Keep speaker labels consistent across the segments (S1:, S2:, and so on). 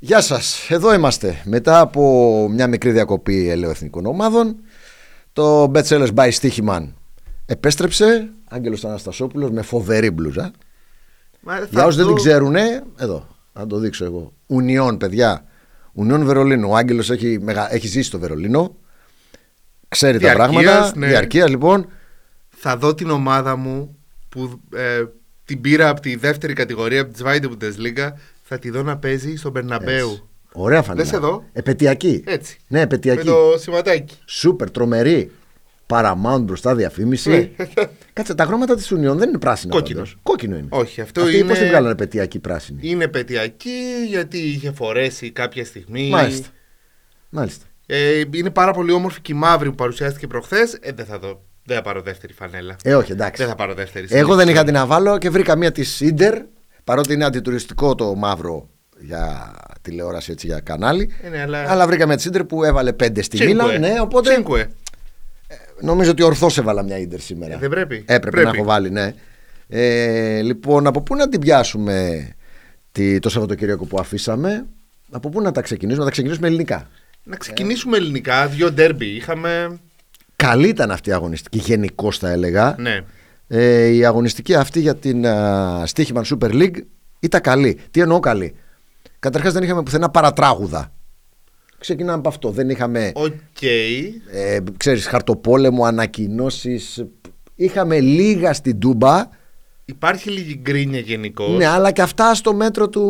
S1: Γεια σας, εδώ είμαστε. Μετά από μια μικρή διακοπή ελαιοεθνικών ομάδων, το Bet Sellers by Stichiman επέστρεψε. Άγγελος Αναστασόπουλος με φοβερή μπλούζα.
S2: Μα, θα
S1: Για όσους δεν
S2: δω-
S1: την ξέρουν, εδώ, να το δείξω εγώ. Ουνιόν, παιδιά. Ουνιόν Βερολίνου. Ο Άγγελος έχει, μεγα- έχει ζήσει στο Βερολίνο. Ξέρει
S2: Διαρκείας,
S1: τα πράγματα.
S2: ναι.
S1: Διαρκείας, λοιπόν.
S2: Θα δω την ομάδα μου που ε, την πήρα από τη δεύτερη κατηγορία, από τη Zweite Bundesliga. Θα τη δω να παίζει στον
S1: Έτσι.
S2: Περναμπέου.
S1: Ωραία φανερά.
S2: Δες εδώ.
S1: Επαιτειακή.
S2: Έτσι.
S1: Ναι,
S2: Με
S1: επαιτειακή.
S2: το σηματάκι.
S1: Σούπερ, τρομερή. Paramount μπροστά διαφήμιση.
S2: Ναι.
S1: Κάτσε, τα χρώματα της Ουνιόν δεν είναι πράσινα.
S2: Κόκκινος.
S1: πάντως. Κόκκινο είναι.
S2: Όχι, αυτό
S1: Αυτή
S2: είναι-
S1: Πώ τη βγάλανε επαιτειακή πράσινη.
S2: Είναι πετιακή γιατί είχε φορέσει κάποια στιγμή.
S1: Μάλιστα. Μάλιστα.
S2: Ε, είναι πάρα πολύ όμορφη και η μαύρη που παρουσιάστηκε προχθές. Ε, δεν θα δω. Δεν θα πάρω δεύτερη φανέλα.
S1: Ε, όχι, εντάξει.
S2: δεν θα πάρω δεύτερη.
S1: Εγώ δεν είχα την να βάλω και βρήκα μία της Σίντερ. Παρότι είναι αντιτουριστικό το μαύρο για τηλεόραση, έτσι για κανάλι.
S2: Ε, ναι, αλλά-
S1: Αλλά βρήκα μία τη Σίντερ που έβαλε πέντε στη Μίλαν. Ναι, οπότε
S2: Τσίνκουε.
S1: νομίζω ότι ορθώς έβαλα μία Ίντερ σήμερα.
S2: Ε, δεν πρέπει.
S1: Έπρεπε
S2: Πρέπει.
S1: να έχω βάλει, ναι. Ε, λοιπόν, από πού να την πιάσουμε τη, το Σαββατοκύριακο που αφήσαμε, από πού να τα ξεκινήσουμε, να τα ξεκινήσουμε ελληνικά.
S2: Να ξεκινήσουμε ελληνικά. Δύο ντέρμπι είχαμε.
S1: Καλή ήταν αυτή η αγωνιστική, γενικώς θα έλεγα.
S2: Ναι.
S1: Ε, η αγωνιστική αυτή για την α, Στίχημαν Super League ήταν καλή. Τι εννοώ καλή. Καταρχάς δεν είχαμε πουθενά παρατράγουδα. Ξεκινάμε από αυτό. Δεν είχαμε,
S2: Οκ.
S1: ε, ξέρεις, χαρτοπόλεμο, ανακοινώσεις. Είχαμε λίγα στην Τούμπα,
S2: Υπάρχει λίγη γκρίνια γενικώ.
S1: ναι, αλλά και αυτά στο μέτρο του,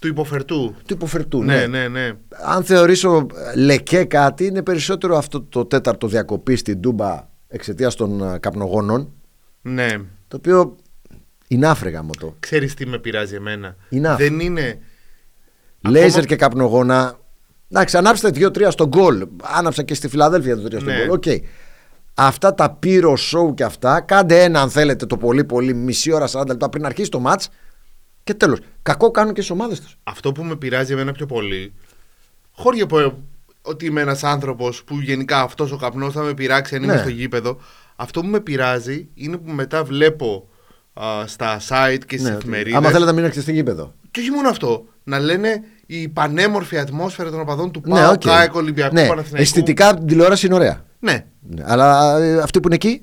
S2: Του υποφερτού.
S1: του υποφερτού.
S2: Ναι, ναι, ναι.
S1: Αν θεωρήσω ε, λεκέ κάτι, είναι περισσότερο αυτό το τέταρτο διακοπή στην Τούμπα εξαιτίας των ε, καπνογόνων.
S2: ναι.
S1: Το οποίο είναι άφρεγα μου το.
S2: Ξέρεις τι με πειράζει εμένα.
S1: Είναι αυτό.
S2: Δεν είναι.
S1: Λέιζερ και καπνογόνα. Εντάξει, ανάψτε 2-3 στον γκολ. Άναψα και στη Φιλαδέλφια 2-3 στον
S2: Ναι.
S1: γκολ. Οκ. Αυτά τα πύρο σοου και αυτά, κάντε ένα αν θέλετε το πολύ πολύ μισή ώρα 40 λεπτά πριν αρχίσει το μάτ. Και τέλος. Κακό κάνουν και στι ομάδες τους.
S2: Αυτό που με πειράζει εμένα πιο πολύ. Χώρια που ε, ότι είμαι ένας άνθρωπος που γενικά αυτός ο καπνός θα με πειράξει αν είμαι
S1: Ναι.
S2: στο γήπεδο. Αυτό που με πειράζει είναι που μετά βλέπω α, στα site και στις εφημερίδε.
S1: Ναι, Άμα θέλετε να μην έχετε στην γήπεδο.
S2: Και όχι μόνο αυτό. Να λένε η πανέμορφη ατμόσφαιρα των οπαδών του
S1: Ναι,
S2: ΠΑΟΚ,
S1: οκ.
S2: ΑΕΚ, Ολυμπιακού,
S1: ναι.
S2: Παναθηναϊκού.
S1: Αισθητικά την τηλεόραση είναι ωραία.
S2: Ναι.
S1: Ναι, Αλλά ε, αυτοί που είναι εκεί,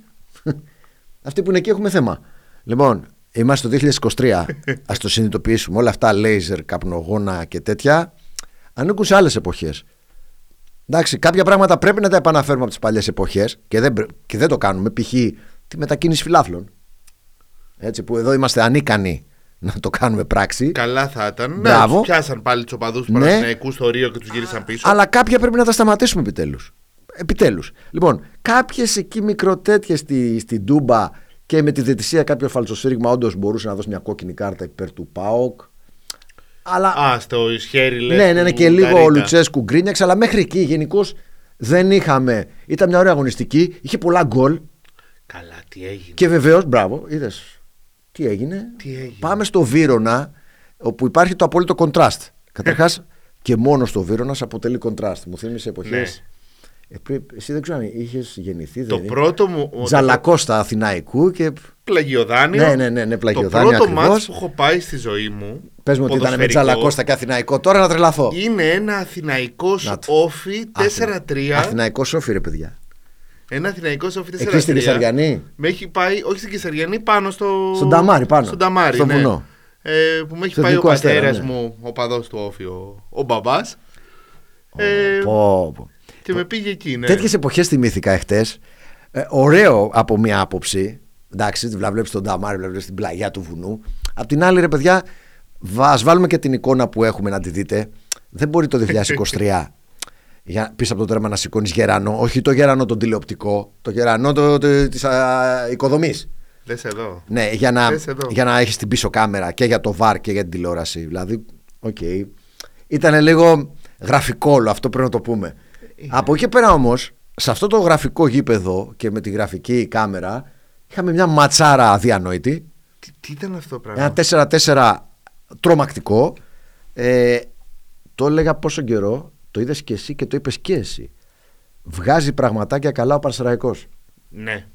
S1: αυτοί που είναι εκεί έχουμε θέμα. Λοιπόν, είμαστε το 2023. Ας το συνειδητοποιήσουμε. Όλα αυτά, λέιζερ, καπνογόνα και τέτοια, ανήκουν σε άλλες εποχές. Εντάξει, κάποια πράγματα πρέπει να τα επαναφέρουμε από τις παλιές εποχές και, δεν πρέ- και δεν το κάνουμε. Π.χ. τη μετακίνηση φιλάθλων. Έτσι, που εδώ είμαστε ανίκανοι να το κάνουμε πράξη.
S2: Καλά θα ήταν.
S1: Μπράβο.
S2: Να τους πιάσαν πάλι τους οπαδούς του
S1: Ναι.
S2: Παναθηναϊκούς στο Ρίο και τους γύρισαν πίσω.
S1: Αλλά κάποια πρέπει να τα σταματήσουμε επιτέλους. Επιτέλους. Λοιπόν, κάποιες εκεί μικροτέτοιες στη, στην Τούμπα και με τη διαιτησία κάποιο φαλσοσύριγμα όντως μπορούσε να δώσει μια κόκκινη κάρτα υπέρ του ΠΑΟΚ. Αλλά.
S2: Α, στο ισχέρι λες,
S1: ναι, ναι, ναι,
S2: του
S1: και λίγο ο
S2: Καρίτα.
S1: Λουτσέσκου γκρίνιαξε, αλλά μέχρι εκεί γενικώς δεν είχαμε. Ήταν μια ωραία αγωνιστική, είχε πολλά γκολ
S2: Καλά, τι έγινε.
S1: και βεβαίως, μπράβο, είδες. Τι έγινε.
S2: Τι έγινε.
S1: Πάμε στο Βύρονα, όπου υπάρχει το απόλυτο κοντράστ. Καταρχάς, και μόνο στο Βύρονα αποτελεί κοντράστ. Μου θύμισε εποχές. Ε, πρέ- εσύ δεν ξέρω αν είχες γεννηθεί.
S2: Ναι. Το
S1: δεν-
S2: πρώτο μου. ο-
S1: Τζαλακώστα Αθηναϊκού και.
S2: Πλαγιοδάνιο.
S1: Ναι, ναι, ναι, ναι, Πλαγιοδάνιο
S2: Το πρώτο
S1: ακριβώς.
S2: μάτς που έχω πάει στη ζωή μου.
S1: Πες μου ότι ήταν με
S2: ποδοσφαιρικό,
S1: Τζαλακώστα και Αθηναϊκό. Τώρα να τρελαθώ.
S2: Είναι ένα αθηναϊκό
S1: Να το.
S2: όφι 4-3.
S1: Αθηναϊκό σόφι, ρε παιδιά.
S2: Ένα αθηναϊκό όφι 4-3.
S1: Εκεί στην Κεσαριανή.
S2: Με έχει πάει, όχι στην Κεσαριανή, πάνω στο.
S1: Στον Ταμάρι, πάνω.
S2: Στον Ταμάρι.
S1: Στον
S2: ναι.
S1: βουνό.
S2: Ε, που με έχει
S1: Στο
S2: πάει ο
S1: Εθνικό Αστέρα,
S2: πατέρας
S1: ναι.
S2: μου, ο παδός του όφι, ο, ο μπαμπάς. Ε,
S1: Πω, πω.
S2: και με πήγε εκεί, ναι.
S1: Τέτοιες εποχές θυμήθηκα εχθές. Ε, ωραίο από μία άποψη. Εντάξει, βλέπει τον Νταμάρη, βλέπει την πλαγιά του βουνού. Απ' την άλλη, ρε παιδιά, βα- ας βάλουμε και την εικόνα που έχουμε να τη δείτε. Δεν μπορεί το 2023 για, πίσω από το τέρμα να σηκώνεις γερανό. Όχι το γερανό τον τηλεοπτικό, το γερανό το, το, της οικοδομής.
S2: Λες εδώ.
S1: Ναι, για να,
S2: Πες εδώ.
S1: για να έχεις την πίσω κάμερα και για το βαρ και για την τηλεόραση. Δηλαδή, οκ. Ήταν λίγο γραφικό όλο αυτό πρέπει να το πούμε. Από εκεί και πέρα όμως, σε αυτό το γραφικό γήπεδο και με τη γραφική κάμερα, είχαμε μια ματσάρα αδιανόητη.
S2: Τι, τι ήταν αυτό το πράγμα.
S1: Ένα 4-4 τρομακτικό. Ε, το έλεγα πόσο καιρό, το είδες και εσύ και το είπες και εσύ. Βγάζει πραγματάκια καλά ο Παρσεραϊκός.
S2: Ναι.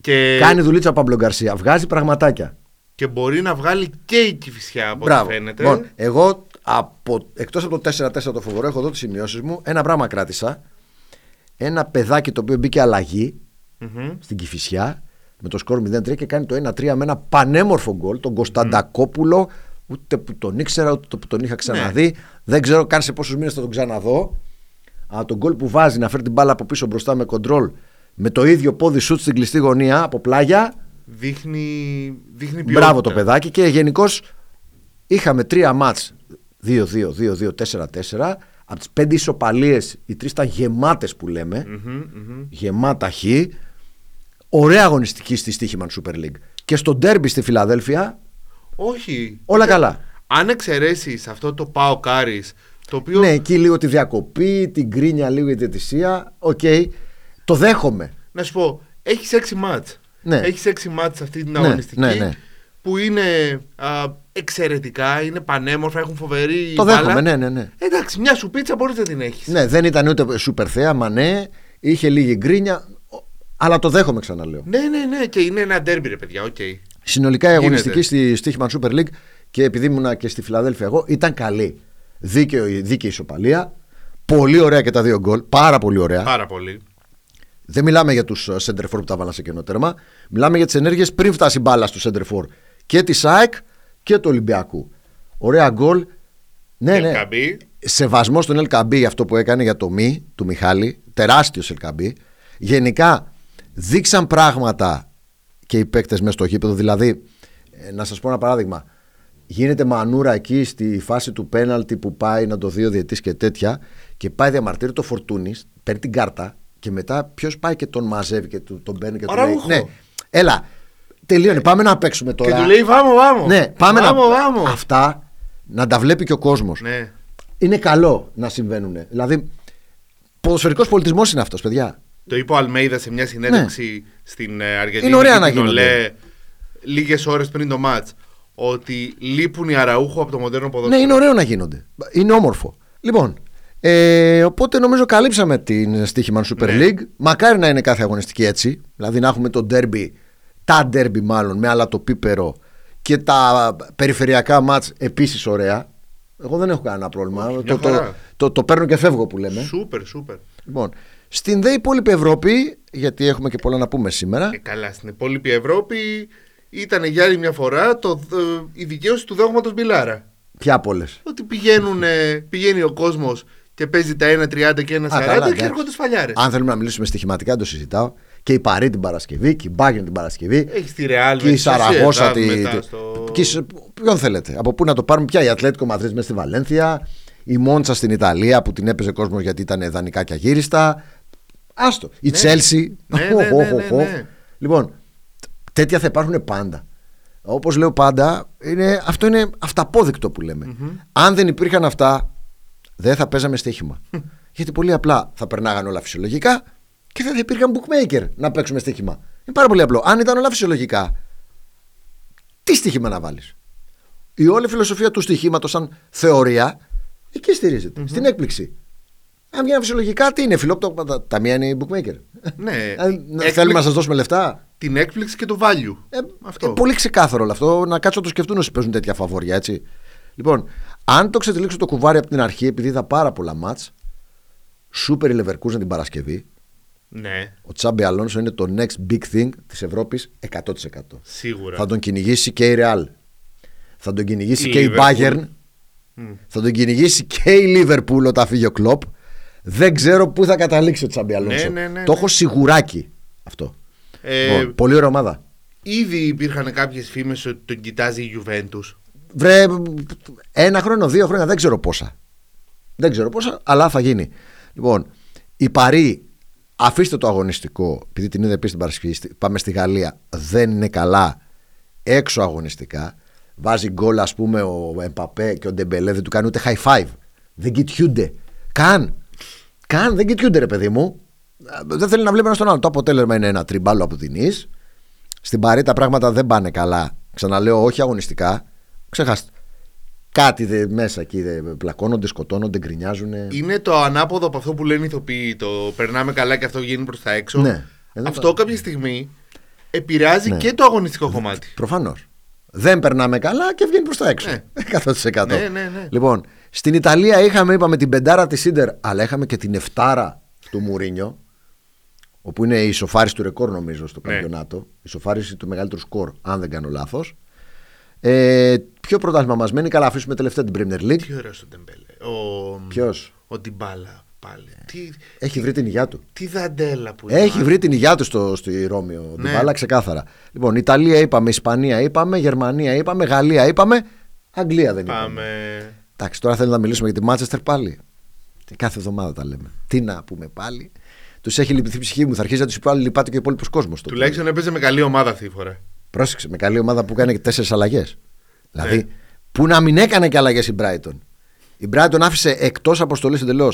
S2: Και,
S1: Κάνει δουλίτσα ο Παμπλο Γκαρσία. Βγάζει πραγματάκια.
S2: και μπορεί να βγάλει και η κυφισιά από ό,τι φαίνεται.
S1: Λοιπόν, εγώ από, εκτός από το 4-4 το φοβερό, έχω εδώ τις σημειώσεις μου, ένα πράγμα κράτησα. Ένα παιδάκι το οποίο μπήκε αλλαγή
S2: Μμμ.
S1: στην Κηφισιά με το σκορ 0-3 και κάνει το 1-3 με ένα πανέμορφο γκολ, τον Κωνσταντακόπουλο, ούτε που τον ήξερα, ούτε που τον είχα ξαναδεί.
S2: Ναι.
S1: Δεν ξέρω καν σε πόσους μήνες θα τον ξαναδώ. Αλλά τον γκολ που βάζει να φέρει την μπάλα από πίσω μπροστά με κοντρόλ με το ίδιο πόδι σουτ στην κλειστή γωνία από πλάγια.
S2: Δείχνει, δείχνει ποιότητα.
S1: Μπράβο το παιδάκι και γενικώς είχαμε τρία μάτς 2-2, 2-2, 4-4. Από τις πέντε ισοπαλίες οι τρεις ήταν γεμάτες που λέμε.
S2: Μμμ, μμμ.
S1: Γεμάτα χ. Ωραία αγωνιστική στη στοίχημαν Super League. Και στο ντέρμπι στη Φιλαδέλφια
S2: Όχι.
S1: όλα καλά.
S2: Αν εξαιρέσεις αυτό το πάω κάρις, το οποίο.
S1: Ναι, εκεί λίγο τη διακοπή, την κρίνια λίγο η διαιτησία. Οκ. Το δέχομαι.
S2: Να σου πω, έχεις έξι μάτ.
S1: Ναι.
S2: Έχεις έξι μάτ αυτή την
S1: Ναι,
S2: αγωνιστική.
S1: ναι, ναι.
S2: Που είναι α, εξαιρετικά, είναι πανέμορφα, έχουν φοβερή.
S1: Το
S2: μπάλα.
S1: δέχομαι, ναι, ναι, ναι.
S2: Εντάξει, μια σου πίτσα μπορείς να την έχεις.
S1: Ναι, δεν ήταν ούτε σούπερ θέαμα, ναι. Είχε λίγη γκρίνια. Αλλά το δέχομαι ξαναλέω.
S2: Ναι. ναι, ναι, και είναι ένα ντέρμπι, ρε παιδιά, οκ.
S1: Συνολικά η
S2: Γίνεται.
S1: αγωνιστική στη Στίχημαν Super League και επειδή ήμουνα και στη Φιλαδέλφια εγώ ήταν καλή. Δίκαιο, δίκαιη ισοπαλία. Πολύ ωραία και τα δύο γκολ. Πάρα πολύ ωραία.
S2: Πάρα πολύ.
S1: Δεν μιλάμε για τους σέντερφορ που τα βάλαν σε κενό τέρμα. Μιλάμε για τις ενέργειες πριν φτάσει η μπάλα στου σέντερφορ και της ΑΕΚ και του Ολυμπιακού. Ωραία γκολ. Ναι, ναι.
S2: Ελκαμπή.
S1: Σεβασμός στον Ελκαμπή για αυτό που έκανε για το μη του Μιχάλη. Τεράστιος Ελκαμπή. Γενικά δείξαν πράγματα και οι παίκτες μέσα στο γήπεδο. Δηλαδή, ε, να σας πω ένα παράδειγμα. Γίνεται μανούρα εκεί στη φάση του πέναλτη που πάει να το δει ο διαιτή και τέτοια. Και πάει διαμαρτύρεται ο Φορτούνης, παίρνει την κάρτα και μετά ποιος πάει και τον μαζεύει και του- τον παίρνει και τον λέει.
S2: Αραούχο.
S1: Ναι, έλα. Τελείωνε. Πάμε να παίξουμε τώρα.
S2: Και του λέει βάμο, βάμο.
S1: ναι, πάμε
S2: βάμο,
S1: να.
S2: Βάμο.
S1: Αυτά να τα βλέπει και ο κόσμος
S2: Ναι.
S1: είναι καλό να συμβαίνουν. Δηλαδή, ποδοσφαιρικός πολιτισμός είναι αυτός, παιδιά.
S2: Το είπε ο Αλμέιδας σε μια συνέντευξη στην ε, Αργεντινή.
S1: Ναι. Είναι ωραία
S2: και
S1: να
S2: την
S1: γίνονται.
S2: ΟΛΕ Λίγες ώρες πριν το μάτς Ότι λείπουν οι αραούχο από το μοντέρνο
S1: Ναι,
S2: ποδόσφαιρο.
S1: είναι ωραίο να γίνονται. Είναι όμορφο. Λοιπόν, ε, οπότε νομίζω καλύψαμε την στοίχημαν Super
S2: Ναι.
S1: League. Μακάρι να είναι κάθε αγωνιστική έτσι. Δηλαδή να έχουμε το ντέρμπι, τα ντέρμπι μάλλον, με άλλα το πίπερο και τα περιφερειακά μάτς επίσης ωραία. Εγώ δεν έχω κανένα πρόβλημα.
S2: μια
S1: το, το,
S2: χαρά.
S1: το, το παίρνω και φεύγω που
S2: Ναι.
S1: λέμε.
S2: Σούπερ, σούπερ.
S1: Λοιπόν, στην δε υπόλοιπη Ευρώπη, γιατί έχουμε και πολλά να πούμε σήμερα.
S2: Ε, καλά, στην υπόλοιπη Ευρώπη ήταν για άλλη μια φορά το, ε, η δικαίωση του δόγματος Μπιλάρα.
S1: Ποια πολλές.
S2: Ότι πηγαίνουν, ε, πηγαίνει ο κόσμος και παίζει τα 1.30 και 1.40
S1: Α, καλά,
S2: και
S1: εντάξει.
S2: έρχονται σφαλιάρες.
S1: Αν θέλουμε να μιλήσουμε στοιχηματικά, δεν το συζητάω. Και η Παρή την Παρασκευή, και η Μπάγκερ την Παρασκευή.
S2: Έχεις τη Ρεάλ
S1: και η Σαραγώσα. Τη, τη-
S2: Στο...
S1: και η Σ- Ποιον θέλετε. Από πού να το πάρουμε, πια η Ατλέτικο Μαδρίτη μέσα στη Βαλένθια. Η Μόντσα στην Ιταλία που την έπαιζε κόσμο γιατί ήταν δανεικά και αγύριστα. Άστο. Η Τσέλσι.
S2: Ναι, ναι, ναι, ναι, ναι.
S1: Λοιπόν, τ- τέτοια θα υπάρχουν πάντα. Όπως λέω πάντα, είναι, αυτό είναι αυταπόδεικτο που λεμε Αν δεν υπήρχαν αυτά, δεν θα παίζαμε στοίχημα. Γιατί πολύ απλά θα περνάγαν όλα φυσιολογικά και δεν θα υπήρχαν bookmaker να παίξουμε στοίχημα. Είναι πάρα πολύ απλό. Αν ήταν όλα φυσιολογικά, τι στοίχημα να βάλεις. Η όλη φιλοσοφία του στοιχήματο, σαν θεωρία, εκεί στηρίζεται, Στην έκπληξη. Αν βγαίνει φυσιολογικά, τι είναι, φιλόπτωμα, τα, τα μία είναι οι bookmaker.
S2: Ναι.
S1: Ε,
S2: Έκπληξη-
S1: Θέλουμε να σας δώσουμε λεφτά.
S2: Την έκπληξη και το value.
S1: Ε,
S2: Αυτό.
S1: ε, πολύ ξεκάθαρο όλο αυτό. Να κάτσω να το σκεφτούν όσοι παίζουν τέτοια φαβόρια, έτσι. Λοιπόν, αν το ξετυλίξω το κουβάρι από την αρχή, επειδή είδα πάρα πολλά μάτ, σούπερ η Leverkusen την Παρασκευή.
S2: Ναι,
S1: Ο Τσάμπι Αλόνσο είναι το next big thing της Ευρώπης 100%.
S2: σίγουρα.
S1: Θα τον κυνηγήσει και η Real. Θα τον κυνηγήσει
S2: Η
S1: και η
S2: Liverpool.
S1: Bayern. Θα τον κυνηγήσει και η Liverpool όταν φύγει ο Κλοπ. Δεν ξέρω πού θα καταλήξει ο Τσάμπι Αλόνσο.
S2: ναι, ναι,
S1: το
S2: ναι.
S1: έχω σιγουράκι αυτό.
S2: Ε,
S1: Λοιπόν, πολύ ωραία ομάδα.
S2: Ήδη υπήρχαν κάποιες φήμες ότι τον κοιτάζει η Juventus.
S1: Βρε, ένα χρόνο, δύο χρόνια, δεν ξέρω πόσα. Δεν ξέρω πόσα, αλλά θα γίνει. Λοιπόν, η Παρή, αφήστε το αγωνιστικό, επειδή την είδα επίσης την Παρασκευή, στη- πάμε στη Γαλλία, δεν είναι καλά έξω αγωνιστικά. Βάζει γκολ, ας πούμε, ο Εμπαπέ και ο Ντεμπελέ, δεν του κάνει ούτε high five. Δεν κοιτιούνται. Καν. Καν, δεν κοιτιούνται, ρε παιδί μου. Δεν θέλει να βλέπει ένα τον άλλο. Το αποτέλεσμα είναι ένα τριμπάλο από την Ις. Στην Παρή τα πράγματα δεν πάνε καλά. Ξαναλέω, όχι αγωνιστικά. Ξεχάστε. Κάτι δε, μέσα εκεί δε, πλακώνονται, σκοτώνονται, γκρινιάζουν.
S2: Είναι το ανάποδο από αυτό που λένε οι ηθοποιοί. Το περνάμε καλά και αυτό βγαίνει προς τα έξω.
S1: Ναι. Εδώ
S2: Αυτό κάποια στιγμή επηρεάζει
S1: Ναι.
S2: και το αγωνιστικό κομμάτι.
S1: Προφανώς. Δεν περνάμε καλά και βγαίνει προς τα έξω.
S2: Ναι.
S1: 100%.
S2: Ναι, ναι, ναι.
S1: Λοιπόν, Στην Ιταλία είχαμε, είπαμε, την πεντάρα της Σίντερ, αλλά είχαμε και την εφτάρα του Μουρίνιο, όπου είναι η ισοφάριση του ρεκόρ, νομίζω, στο
S2: Ναι.
S1: καμπιονάτο. Η ισοφάριση του μεγαλύτερου σκορ, αν δεν κάνω λάθος. Ε, ποιο πρωτάθλημα μας μένει, καλά, αφήσουμε τελευταία την Premier League.
S2: Τι ωραίος ο Ντεμπέλε. Ο...
S1: Ποιος
S2: Ο Ντιμπάλα πάλι. Τι,
S1: έχει βρει την υγειά του.
S2: τι δαντέλα που είναι.
S1: Έχει βρει την υγειά του στο, στο Ρώμιο.
S2: Ναι.
S1: Ναι. Μπάλα ξεκάθαρα. Λοιπόν, Ιταλία είπαμε, Ισπανία είπαμε, Γερμανία είπαμε, Γαλλία είπαμε, Αγγλία δεν είπαμε.
S2: Πάμε.
S1: Εντάξει, τώρα θέλει να μιλήσουμε για τη Μάτσεστερ πάλι. Τι Κάθε εβδομάδα τα λέμε. Τι να πούμε πάλι. Τους έχει λυπηθεί η ψυχή μου. Θα αρχίσει να τους πάλι λυπάται και ο υπόλοιπος κόσμος.
S2: Τουλάχιστον έπαιζε με καλή ομάδα αυτή τη φορά.
S1: Πρόσεξε με καλή ομάδα που έκανε και τέσσερις αλλαγές.
S2: Ναι.
S1: Δηλαδή, που να μην έκανε και αλλαγές η Brighton. Η Brighton άφησε εκτός αποστολής εντελώς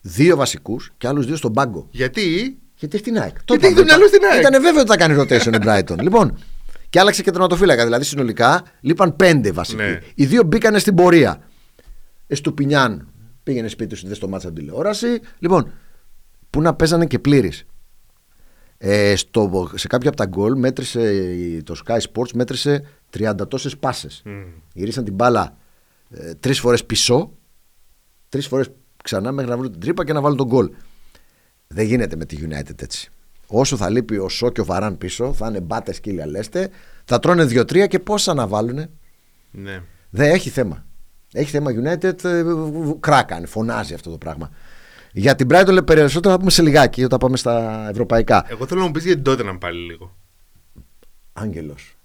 S1: δύο βασικούς και άλλους δύο στον πάγκο.
S2: Γιατί.
S1: Γιατί έχει την ΑΕΚ.
S2: έχει το μυαλό στην ΑΕΚ.
S1: Ήταν βέβαιο ότι θα κάνει rotation η Brighton. λοιπόν, και άλλαξε και τερματοφύλακα. Δηλαδή συνολικά λείπαν πέντε βασικοί.
S2: Ναι.
S1: Οι δύο μπήκανε στην πορεία. Εστουπινιάν πήγαινε σπίτι σου, δεν στο μάτσα τηλεόραση. Λοιπόν, που να παίζανε και πλήρη. Ε, στο, σε κάποια από τα γκολ μέτρησε η- το Sky Sports μέτρησε 30 τόσε πάσες.
S2: Μμμ.
S1: Γυρίσαν την μπάλα ε, τρεις φορές πίσω, τρεις φορές ξανά μέχρι να βρουν την τρύπα και να βάλουν τον γκολ. Δεν γίνεται με τη United έτσι. Όσο θα λείπει ο Σο και ο Βαράν πίσω, θα είναι μπάτες σκύλια λέστε, θα τρώνε 2-3 και πόσα να βάλουνε.
S2: Ναι.
S1: Δεν έχει θέμα. Έχει θέμα United, ε, β- β- κράκανε, φωνάζει αυτό το πράγμα. Για την Brighton λέει περισσότερο θα πούμε σε λιγάκι όταν πάμε στα ευρωπαϊκά.
S2: Εγώ θέλω να μου πεις για την Tottenham πάλι λίγο.
S1: Άγγελος.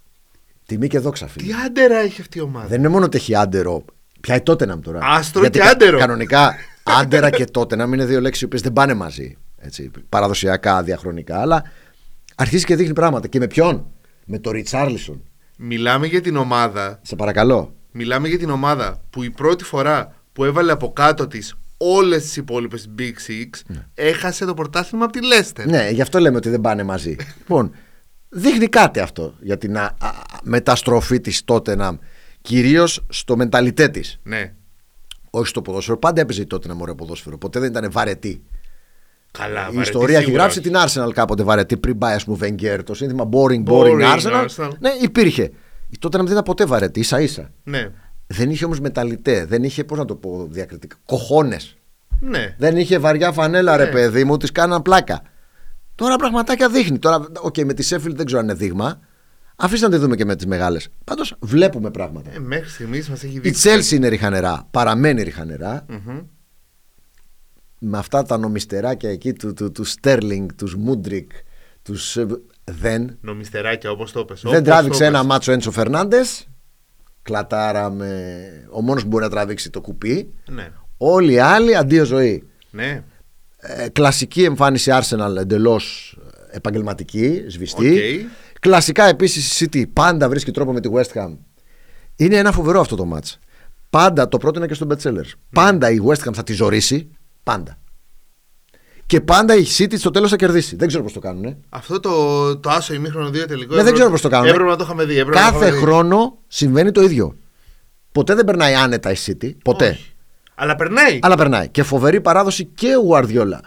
S1: Τιμή και δόξα, φίλε.
S2: Τι άντερα έχει αυτή η ομάδα.
S1: Δεν είναι μόνο ότι έχει άντερο. Πια η Τότεναμ τώρα.
S2: Άστρο
S1: Γιατί
S2: και
S1: κα-
S2: άντερο.
S1: Κανονικά άντερα και Τότεναμ είναι δύο λέξεις οι οποίες δεν πάνε μαζί. Έτσι, παραδοσιακά, διαχρονικά. Αλλά αρχίζει και δείχνει πράγματα. Και με ποιον. Με τον Ριτσάρλισον.
S2: Μιλάμε για την ομάδα.
S1: Σε παρακαλώ.
S2: Μιλάμε για την ομάδα που η πρώτη φορά που έβαλε από κάτω της όλες τις υπόλοιπες Big Six έχασε το πρωτάθλημα από τη Leicester.
S1: Ναι, γι' αυτό λέμε ότι δεν πάνε μαζί. λοιπόν, δείχνει κάτι αυτό για την α- α- α- μεταστροφή της Τότεναμ. Κυρίως στο μενταλιτέ της.
S2: Ναι.
S1: Όχι στο ποδόσφαιρο. Πάντα έπαιζε η Τότεναμ ωραίο ποδόσφαιρο. Ποτέ δεν ήταν βαρετή.
S2: Καλά,
S1: Η
S2: βαρετή
S1: ιστορία έχει
S2: σίγουρα
S1: γράψει
S2: όχι.
S1: την Arsenal κάποτε βαρετή πριν πάει, ας πούμε, Βενγκέρ. Το σύνθημα boring, boring,
S2: Boring,
S1: Arsenal.
S2: Arsenal.
S1: Ναι, υπήρχε. Η τότε να μην ήταν ποτέ βαρετή, ίσα ίσα.
S2: Ναι.
S1: Δεν είχε όμως μεταλλιτέ, δεν είχε, πώς να το πω διακριτικά, κοχώνες.
S2: Ναι.
S1: Δεν είχε βαριά φανέλα,
S2: Ναι.
S1: ρε παιδί μου, τη κάναν πλάκα. Τώρα πραγματάκια δείχνει. Τώρα, οκ, με τη Σέφιλ δεν ξέρω αν είναι δείγμα. Αφήστε να τη δούμε και με τις μεγάλες. Πάντως βλέπουμε πράγματα.
S2: Ε, μέχρι στιγμής μας έχει
S1: Η
S2: δείξει.
S1: Τσέλση είναι ριχανερά. Παραμένει ριχανερά.
S2: Μμμ.
S1: με αυτά τα νομιστεράκια εκεί του, του, του Στέρλινγκ, του Μούντρικ, τους. ε, Δεν.
S2: Νομιστεράκια, όπως το πες.
S1: δεν
S2: όπως το
S1: τράβηξε ένα
S2: πες.
S1: μάτσο Έντσο Φερνάντες. Κλατάραμε. Ο μόνος που μπορεί να τραβήξει το κουπί.
S2: Ναι.
S1: Όλοι οι άλλοι αντίο ζωή.
S2: Ναι.
S1: Ε, κλασική εμφάνιση Arsenal εντελώς επαγγελματική, σβηστή.
S2: Οκ.
S1: Κλασικά επίσης η City πάντα βρίσκει τρόπο με τη West Ham. Είναι ένα φοβερό αυτό το μάτς. Πάντα το πρότεινα και στον Μπετσέλερ.
S2: Ναι.
S1: Πάντα η West Ham θα τη ζωρίσει. Πάντα. Και πάντα η City στο τέλος θα κερδίσει. Δεν ξέρω πώς το κάνουν.
S2: Αυτό το, το άσο ημίχρονο 2 τελικό.
S1: Ναι, δεν ξέρω πώς το κάνουμε.
S2: Έπρεπε να ε, το είχαμε δει. έπρεπε να το
S1: Κάθε
S2: είχαμε δει.
S1: χρόνο συμβαίνει το ίδιο. Ποτέ δεν περνάει άνετα η City. Ποτέ.
S2: Όχι. Αλλά περνάει.
S1: Αλλά περνάει. Και φοβερή παράδοση και ο Guardiola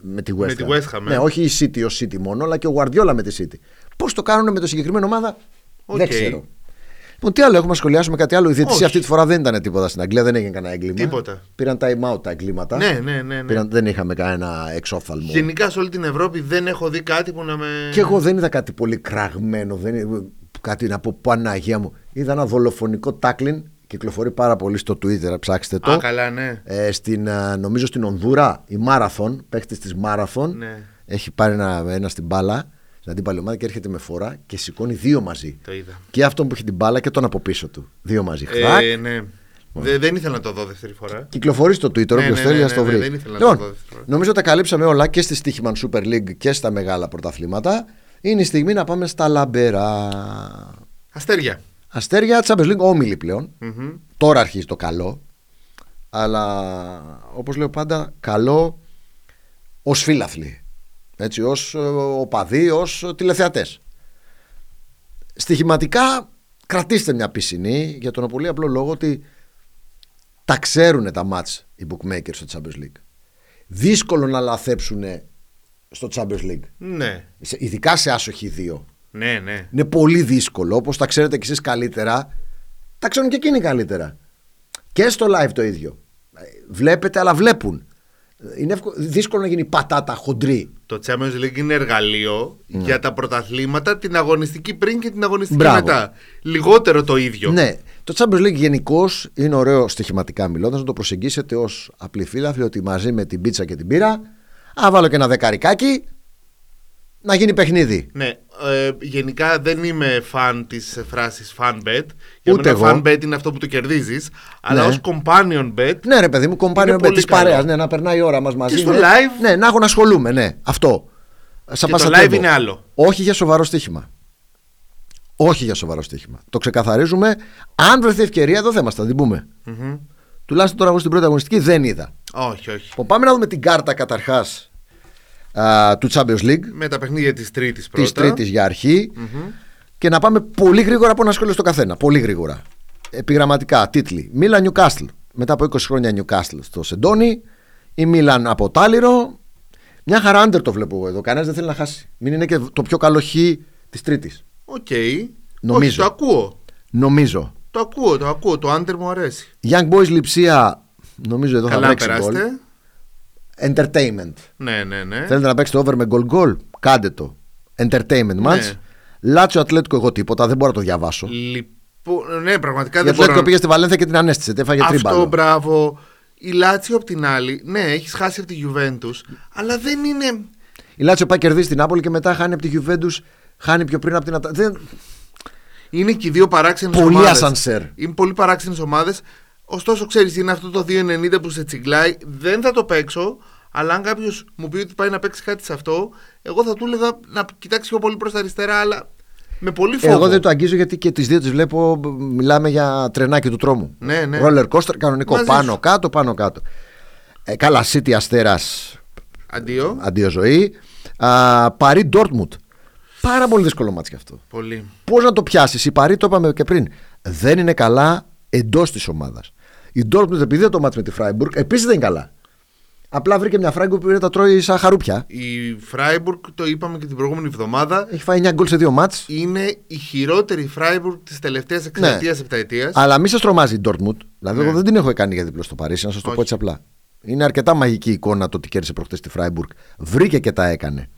S1: με τη West Ham.
S2: Με τη West Ham, ε.
S1: ναι, όχι η City ως City μόνο, αλλά και ο Guardiola με τη City. Πώς το κάνουν με το συγκεκριμένο ομάδα,
S2: Οκ.
S1: δεν ξέρω. Λοιπόν, τι άλλο έχουμε να σχολιάσουμε, κάτι άλλο. Η
S2: Όχι.
S1: διαιτησία αυτή τη φορά δεν ήταν τίποτα στην Αγγλία, δεν έγινε κανένα έγκλημα.
S2: Τίποτα.
S1: Πήραν time out τα εγκλήματα.
S2: Ναι, ναι, ναι. ναι.
S1: Πήραν, δεν είχαμε κανένα εξόφθαλμο.
S2: Γενικά σε όλη την Ευρώπη δεν έχω δει κάτι που να με.
S1: Και εγώ δεν είδα κάτι πολύ κραγμένο, δεν είδα- κάτι να πω Παναγία μου. Είδα ένα δολοφονικό τάκλιν, κυκλοφορεί πάρα πολύ στο Twitter, ψάξτε το.
S2: Α, καλά, ναι.
S1: Ε, στην, ε, νομίζω στην Ονδούρα, η Μάραθον, παίχτης της Μάραθον,
S2: Ναι.
S1: έχει πάρει ένα, ένα στην μπάλα, στην αντίπαλη ομάδα και έρχεται με φορά και σηκώνει δύο μαζί.
S2: Το είδα.
S1: Και αυτόν που έχει την μπάλα και τον από πίσω του. Δύο μαζί. Χλακ.
S2: Ε, ναι. Δε- δεν ήθελα να το δω δεύτερη φορά.
S1: Κυκλοφορεί στο Twitter,
S2: Ναι,
S1: όποιος
S2: ναι,
S1: θέλει
S2: ναι,
S1: να το
S2: ναι,
S1: βρει.
S2: δεν ήθελα να
S1: Λοιπόν,
S2: το δω δεύτερη φορά.
S1: νομίζω τα καλύψαμε όλα και στη Στίχημαν Super League και στα μεγάλα πρωταθλήματα. Είναι η στιγμή να πάμε στα λαμπερά.
S2: Αστέρια.
S1: Αστέρια Champions League, όμιλοι πλέον.
S2: Μμμ.
S1: Τώρα αρχίζει το καλό. Αλλά όπως λέω πάντα, καλό ως φίλαθλοι. Έτσι, ως ε, οπαδοί, ως ε, τηλεθεατές. Στοιχηματικά κρατήστε μια πισινή για τον πολύ απλό λόγο ότι τα ξέρουν τα μάτς οι bookmakers στο Champions League. Δύσκολο να λαθέψουν στο Champions League.
S2: Ναι.
S1: Σε- Ειδικά σε άσοχη δύο.
S2: Ναι, ναι.
S1: Είναι πολύ δύσκολο. Όπως τα ξέρετε κι εσείς καλύτερα, τα ξέρουν και εκείνοι καλύτερα. Και στο live το ίδιο. Ε, Βλέπετε, αλλά βλέπουν. Ε, Είναι εύκολο- δύσκολο να γίνει πατάτα χοντρή.
S2: Το Champions League είναι εργαλείο για τα πρωταθλήματα, την αγωνιστική πριν και την αγωνιστική
S1: Ναι. Μπράβο.
S2: μετά. Λιγότερο το ίδιο.
S1: Ναι. Το Champions League γενικώς είναι ωραίο στοιχηματικά μιλώντας να το προσεγγίσετε ως απλή φίλαθλη ότι μαζί με την πίτσα και την πύρα, α βάλω και ένα δεκαρικάκι να γίνει παιχνίδι.
S2: Ναι, ε, γενικά δεν είμαι φαν της φράσης fan bet. Για
S1: Ούτε
S2: μένα
S1: εγώ.
S2: fan bet είναι αυτό που το κερδίζεις. Αλλά
S1: Ναι.
S2: ως companion bet.
S1: Ναι, ρε παιδί μου, κομπάνιο με
S2: πολύ
S1: της
S2: καλό.
S1: παρέας. Ναι, να περνάει η ώρα μας μαζί.
S2: στο
S1: ναι.
S2: live.
S1: Ναι, να έχω να ασχολούμαι, ναι. Αυτό. Σαν
S2: Και το
S1: πάσα
S2: live
S1: τέμπο.
S2: είναι άλλο.
S1: Όχι για σοβαρό στοίχημα. Όχι για σοβαρό στοίχημα. Το ξεκαθαρίζουμε. Αν βρεθεί ευκαιρία, εδώ θα είμαστε, θα την πούμε.
S2: Μμμ.
S1: Τουλάχιστον τώρα εγώ στην πρώτη αγωνιστική δεν είδα.
S2: Όχι, όχι.
S1: Λοιπόν, πάμε να δούμε την κάρτα καταρχάς του Champions League.
S2: Με τα παιχνίδια της Τρίτης πρώτα.
S1: Τη Τρίτης για αρχη Και να πάμε πολύ γρήγορα από ένα σχόλιο στο καθένα. Πολύ γρήγορα. Επιγραμματικά, τίτλοι. Μίλα Νιουκάστλ. Μετά από 20 χρόνια Νιουκάστλ στο Σεντόνι. Η Μίλαν από Τάλιρο. Μια χαρά άντερ το βλέπω εγώ εδώ. Κανένας δεν θέλει να χάσει. Μην είναι και το πιο καλό χ της Τρίτης.
S2: Οκ.
S1: Νομίζω.
S2: Όχι, το ακούω.
S1: Νομίζω.
S2: Το ακούω, το ακούω. Το άντερ μου αρέσει.
S1: Young Boys Λιψία. Νομίζω εδώ
S2: Καλά
S1: θα παίξει γκολ.
S2: περάστε.
S1: Entertainment.
S2: Ναι, ναι, ναι.
S1: Θέλετε να παίξετε over με goal goal. Κάντε το.
S2: Ναι.
S1: Entertainment match. Λάτσο Ατλέτικο, εγώ τίποτα. Δεν μπορώ να το διαβάσω.
S2: Λοιπόν, ναι, πραγματικά
S1: Η
S2: δεν
S1: Ατλέτικο
S2: μπορώ. να-
S1: Ε, πήγε στη Βαλένθια και την ανέστησε. Την έφαγε
S2: Αυτό,
S1: τρίμπαλο.
S2: μπράβο. Η Λάτσιο απ' την άλλη, ναι, έχει χάσει από τη Γιουβέντους, αλλά δεν είναι.
S1: Η Λάτσιο πάει κερδίσει την Άπολη και μετά χάνει από τη Γιουβέντους. Χάνει πιο πριν από την Ατα... Δεν...
S2: Είναι και οι δύο παράξενες ομάδε.
S1: Πολύ ασανσέρ.
S2: Είναι πολύ παράξενες ομάδες. Ωστόσο, ξέρεις, είναι αυτό το 2,90 που σε τσιγκλάει. Δεν θα το παίξω, αλλά αν κάποιος μου πει ότι πάει να παίξει κάτι σε αυτό, εγώ θα του έλεγα να κοιτάξει πιο πολύ προς τα αριστερά, αλλά με πολύ φόβο.
S1: Εγώ δεν το αγγίζω γιατί και τις δύο τις βλέπω. μ, Μιλάμε για τρενάκι του τρόμου.
S2: Ναι, ναι.
S1: Roller coaster κανονικό.
S2: Μαζί
S1: πάνω
S2: σου.
S1: κάτω, πάνω κάτω. Ε, καλά, City Αστέρας
S2: Αντίο.
S1: αντίο ζωή. Παρί Ντόρτμουντ. Πάρα πολύ δύσκολο μάτς κι αυτό.
S2: Πολύ.
S1: Πώς να το πιάσεις, η Παρή, το είπαμε και πριν, δεν είναι καλά εντός της ομάδας. Η Ντόρκμουντ, επειδή δεν το μάτσε με τη Φράιμπουργκ, επίσης δεν είναι καλά. Απλά βρήκε μια Φράιμπουργκ που πήρε τα τρώει σαν χαρούπια.
S2: Η Φράιμπουργκ, το είπαμε και την προηγούμενη εβδομάδα,
S1: Έχει φάει 9 γκολ σε δύο μάτ.
S2: είναι η χειρότερη Φράιμπουργκ της τελευταίας
S1: Ναι.
S2: εξαετία-επταετία.
S1: Αλλά μην σας τρομάζει η Ντόρκμουντ. Δηλαδή,
S2: Ναι.
S1: εγώ δεν την έχω κάνει για διπλό στο Παρίσι, να σας το
S2: Όχι.
S1: πω έτσι απλά. Είναι αρκετά μαγική η εικόνα το ότι κέρδισε προχτές τη Φράιμπουργκ. Βρήκε και τα έκανε.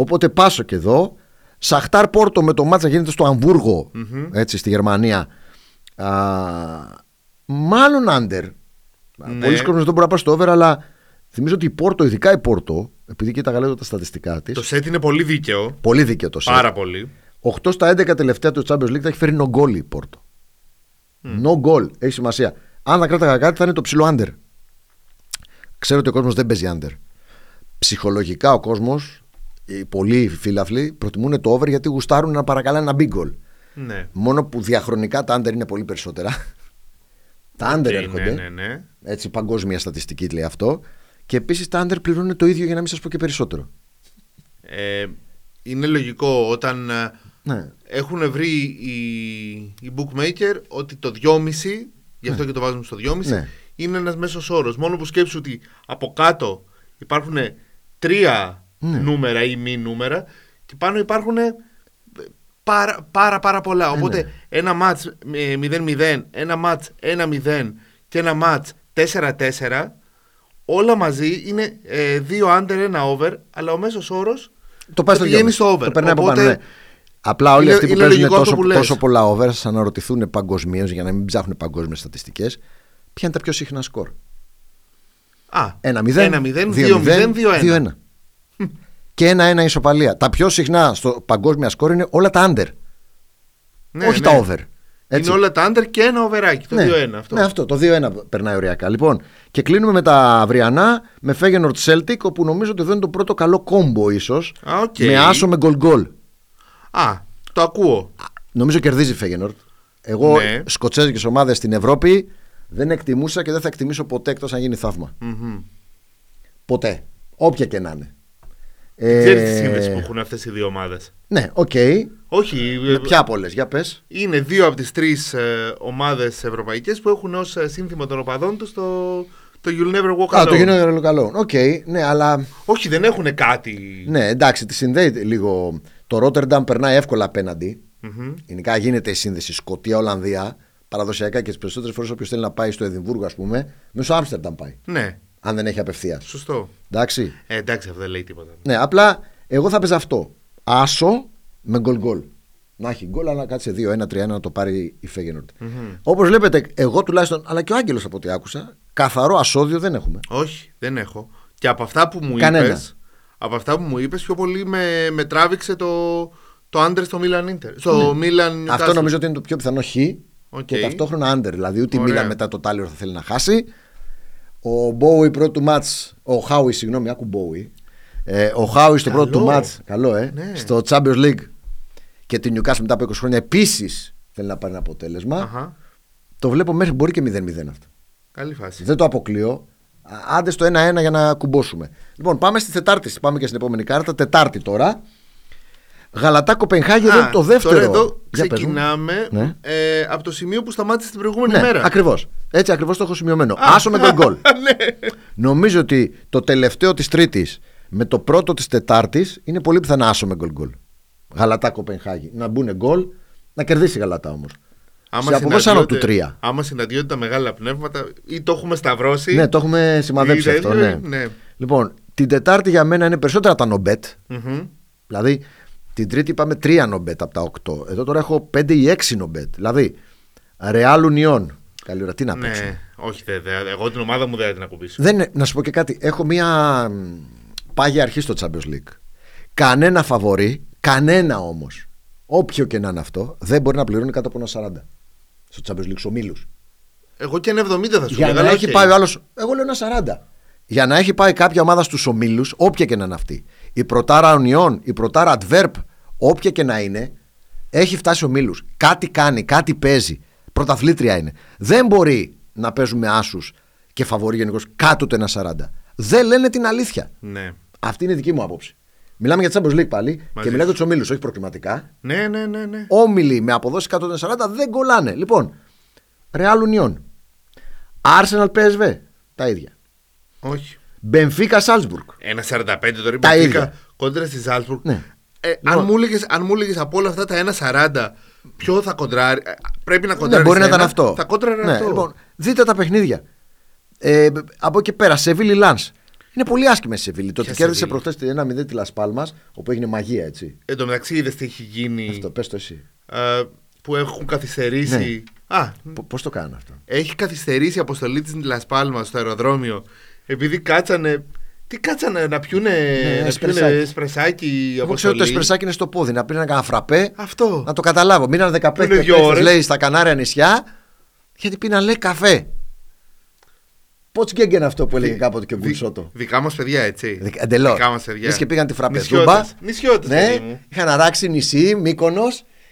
S1: Οπότε πάσω και εδώ. Σαχτάρ Πόρτο με το μάτσα γίνεται στο αμβουργο έτσι, στη Γερμανία. Α, μάλλον άντερ.
S2: Ναι.
S1: Πολλοί κόσμοι δεν μπορεί να πάει στο over, αλλά θυμίζω ότι η Πόρτο, ειδικά η Πόρτο, επειδή κοίταγα λίγο τα στατιστικά της,
S2: Το σετ είναι πολύ δίκαιο.
S1: πολύ δίκαιο το σετ.
S2: Πάρα πολύ.
S1: 8 στα 11 τελευταία του Champions League θα έχει φέρει no goal η Πόρτο. No goal, έχει σημασία. Αν θα κράταγα κάτι θα είναι το ψηλό under. Ξέρω ότι ο κόσμος δεν παίζει under. Ψυχολογικά ο κόσμος, οι πολλοί φίλαθλοι, προτιμούν το over γιατί γουστάρουν να παρακαλάνε ένα big goal.
S2: Ναι.
S1: Μόνο που διαχρονικά τα under είναι πολύ περισσότερα. τα under
S2: Οκ,
S1: έρχονται.
S2: Ναι, ναι, ναι.
S1: Έτσι, παγκόσμια στατιστική λέει αυτό. Και επίσης τα under πληρώνουν το ίδιο για να μην σας πω και περισσότερο.
S2: Ε, είναι λογικό όταν ε,
S1: Ναι.
S2: έχουν βρει οι, οι bookmaker ότι το 2,5, γι' αυτό και το βάζουμε στο 2,5,
S1: Ναι.
S2: είναι ένας μέσος όρος. Μόνο που σκέψου ότι από κάτω υπάρχουν τρία
S1: Ναι.
S2: νούμερα ή μη νούμερα και πάνω υπάρχουν ε, πάρα, πάρα, πάρα
S1: Ε,
S2: πολλά. Οπότε
S1: ναι.
S2: ένα μάτς ε, 0-0, ένα μάτς 1-0 και ένα μάτς 4-4, όλα μαζί είναι ε, δύο under, ένα over, αλλά ο μέσος όρος
S1: Το πάει στο
S2: πηγαίνει
S1: δυόμιση.
S2: στο over.
S1: Το περνάει από
S2: Οπότε,
S1: πάνω. Ναι. Απλά όλοι
S2: είναι-
S1: αυτοί που
S2: είναι
S1: παίζουν
S2: λογικό αυτό
S1: τόσο,
S2: που λες.
S1: τόσο πολλά over θα σας αναρωτηθούν παγκοσμίως για να μην ψάχνουν παγκόσμιες στατιστικές. Ποια είναι τα πιο συχνά σκορ.
S2: Α,
S1: 1-0,
S2: 1-0, 2-0, 2-1.
S1: 2-1. Και 1-1 ισοπαλία. Τα πιο συχνά στο παγκόσμια σκορ είναι όλα τα under.
S2: Ναι,
S1: όχι
S2: ναι.
S1: τα over. Έτσι.
S2: Είναι όλα τα under και ένα overάκι. Το 2-1 αυτό.
S1: Ναι, αυτό. Το 2-1 περνάει ωριακά. Λοιπόν, και κλείνουμε με τα αυριανά, με Feyenoord Celtic, όπου νομίζω ότι εδώ είναι το πρώτο καλό κόμπο ίσως.
S2: Α, οκ.
S1: Με άσο με γκολ γκολ.
S2: Α, το ακούω.
S1: Νομίζω κερδίζει η Φέγενορτ. Εγώ
S2: Ναι.
S1: σκοτσέζικες ομάδες στην Ευρώπη δεν εκτιμούσα και δεν θα εκτιμήσω ποτέ εκτός αν γίνει θαύμα.
S2: Μμμ.
S1: Ποτέ. Όποια και να είναι. Ε,
S2: Ξέρεις τη σύνδεση που έχουν αυτές οι δύο ομάδες.
S1: Ναι, οκ.
S2: Όχι, ε,
S1: Ποια πολλές, για πες.
S2: είναι δύο από τις τρεις ε, ομάδες ευρωπαϊκές που έχουν ως ε, σύνθημα των οπαδών τους το, το You'll Never Walk Alone.
S1: Α, το γίνω καλό. Οκ, ναι, αλλά.
S2: Όχι, δεν έχουν κάτι.
S1: Ναι, εντάξει, τη συνδέει λίγο. Το Ρότερνταμ περνάει εύκολα απέναντι.
S2: Μμμ.
S1: Γενικά γίνεται η σύνδεση Σκωτία-Ολλανδία. παραδοσιακά και τις περισσότερες φορές όποιος θέλει να πάει στο Εδιμβούργο, ας πούμε, μέσω Άμστερνταμ πάει.
S2: Ναι,
S1: Αν δεν έχει απευθείας.
S2: σωστό.
S1: Εντάξει.
S2: Ε, εντάξει, αυτό δεν λέει τίποτα.
S1: Ναι, απλά εγώ θα παίζα αυτό. Άσο με γκολ γκολ. Να έχει γκολ, αλλά κάτσε 2-1-3-1 να το πάρει η φεγενορτ Όπως βλέπετε, εγώ τουλάχιστον, αλλά και ο Άγγελος από ό,τι άκουσα, καθαρό ασώδιο δεν έχουμε.
S2: Όχι, δεν έχω. Και από αυτά που μου
S1: Κανένα.
S2: είπες, από αυτά που μου είπες, πιο πολύ με, με τράβηξε το, το Άντερ στο Μίλαν Ίντερ. Στο Μίλαν
S1: Ναι. Αυτό νομίζω ότι είναι το πιο πιθανό χ
S2: Οκ.
S1: και ταυτόχρονα άντερ. Δηλαδή, ούτε η
S2: Ωραία.
S1: Μίλα μετά το Τάλιορ θα θέλει να χάσει. Ο Μπόουι πρώτου μάτ, ο Χάουι, συγγνώμη, άκου Μπόουι. Ε, ο Χάουι στο
S2: Καλό.
S1: πρώτο του μάτ, καλό ε,
S2: Ναι.
S1: στο Champions League και την Newcastle μετά από 20 χρόνια επίσης θέλει να πάρει ένα αποτέλεσμα.
S2: Αχα,
S1: Το βλέπω μέχρι μπορεί και 0-0 αυτό.
S2: καλή φάση.
S1: Δεν το αποκλείω. Α, Άντε στο 1-1 για να κουμπώσουμε. Λοιπόν, πάμε στη Τετάρτη. Πάμε και στην επόμενη κάρτα. Τετάρτη τώρα. Γαλατά Κοπενχάγη εδώ
S2: Α,
S1: είναι το δεύτερο.
S2: Τώρα εδώ
S1: Για πες μου.
S2: ξεκινάμε
S1: Ναι.
S2: ε, από το σημείο που σταμάτησε την προηγούμενη
S1: Ναι,
S2: μέρα.
S1: ακριβώς. Έτσι ακριβώς το έχω σημειωμένο. Άσο με τον γκολ.
S2: ναι.
S1: Νομίζω ότι το τελευταίο της Τρίτης με το πρώτο της Τετάρτης είναι πολύ πιθανά άσο με γκολ γκολ. Γαλατά Κοπενχάγη. Να μπουν γκολ, να κερδίσει η Γαλατά όμως. Σε αποβόσανο του
S2: συναντιόνται-
S1: 3.
S2: Άμα συναντιόνται τα μεγάλα πνεύματα ή το έχουμε σταυρώσει.
S1: Ναι, το έχουμε σημαδέψει
S2: Ή
S1: αυτό.
S2: τέτοιο,
S1: Ναι.
S2: ναι.
S1: Λοιπόν, την Τετάρτη για μένα είναι περισσότερα τα νομπέτ.
S2: Μμμ.
S1: Δηλαδή, την Τρίτη είπαμε 3 νομπέτ από τα 8. Εδώ τώρα έχω 5 ή 6 νομπέτ. Δηλαδή, Real Union. Καλή ώρα, τι να παίξω.
S2: ναι. Όχι, δε, δε, εγώ την ομάδα μου δεν θα την ακουμπήσω.
S1: Δεν, είναι- να σου πω και κάτι. Έχω μία μ, πάγια αρχή στο Champions League. Κανένα φαβορή, κανένα όμως, όποιο και να είναι αυτό, δεν μπορεί να πληρώνει κάτω από ένα 40 στο Champions League, στους ομίλους.
S2: Εγώ και ένα 70 θα σου
S1: Για
S2: λέγα,
S1: να
S2: αλλά
S1: έχει
S2: οκ.
S1: πάει ο άλλος. Εγώ λέω ένα 40. Για να έχει πάει κάποια ομάδα στους ομίλους, όποια και να είναι αυτή. Η προτάρα Ονιών, η προτάρα Adverb, όποια και να είναι, έχει φτάσει ομίλου. Κάτι κάνει, κάτι παίζει. Πρωταθλήτρια είναι. Δεν μπορεί να παίζουμε άσους και φαβορεί γενικώς κάτω το ένα 40. Δεν λένε την αλήθεια.
S2: Ναι.
S1: Αυτή είναι η δική μου άποψη. Μιλάμε για Champions League πάλι και
S2: Μαζί
S1: μιλάμε για τους ομίλους, όχι προκληματικά.
S2: Ναι, ναι, ναι, ναι.
S1: Όμιλοι με αποδόσεις κάτω των 40 δεν κολλάνε. Λοιπόν, Real Union. Arsenal PSV. Τα ίδια.
S2: Όχι.
S1: Benfica Salzburg.
S2: Ένα 45
S1: Τα
S2: τώρα Τα
S1: ίδια.
S2: κόντρα στη Ζάλτσμπουργκ.
S1: Ναι.
S2: Ε, αν, μου έλεγες, αν μου έλεγες από όλα αυτά τα 1,40 ποιο θα κοντράρει. ε, Πρέπει να κοντράρει.
S1: Ναι, μπορεί να ήταν αυτό.
S2: Θα κόντραρε
S1: ναι,
S2: αυτό.
S1: Λοιπόν, δείτε τα παιχνίδια. Ε, από εκεί πέρα, Σεβίλη Λαν. Είναι πολύ άσχημη η Σεβίλη. Το ότι
S2: Ποια
S1: κέρδισε
S2: Σεβίλη?
S1: προχθέ τη 1-0 τη Λασπάλμα, όπου έγινε μαγεία έτσι.
S2: Εν τω μεταξύ είδες τι έχει γίνει.
S1: Αυτό, πες το εσύ.
S2: ε, που έχουν καθυστερήσει.
S1: Ναι.
S2: Α,
S1: Πώς το κάνουν αυτό.
S2: έχει καθυστερήσει η αποστολή της Λασπάλμα στο αεροδρόμιο επειδή κάτσανε. Τι κάτσανε να πιούνε, να πιούνε
S1: Ναι, εσπρεσάκι.
S2: σπρεσάκι
S1: Εγώ ξέρω
S2: αποστολή.
S1: ότι το εσπρεσάκι είναι στο πόδι. Να πήρε ένα φραπέ.
S2: Αυτό.
S1: Να το καταλάβω. Μείναν 15
S2: Είναι δύο
S1: παίκτες,
S2: ώρες.
S1: λέει, στα Κανάρια νησιά, γιατί πήραν, λέει, καφέ. Πότς γκέγγεν αυτό που έλεγε κάποτε και ο Μπουλσότο.
S2: Δι- δικά μας παιδιά, έτσι.
S1: Εντελώς.
S2: Δικά μας παιδιά.
S1: Λες και πήγαν τη φραπεζούμπα.
S2: Νησιώτες, νησιώτες, παιδί
S1: ναι,
S2: μου.
S1: είχαν αράξει νησί, Μύκονος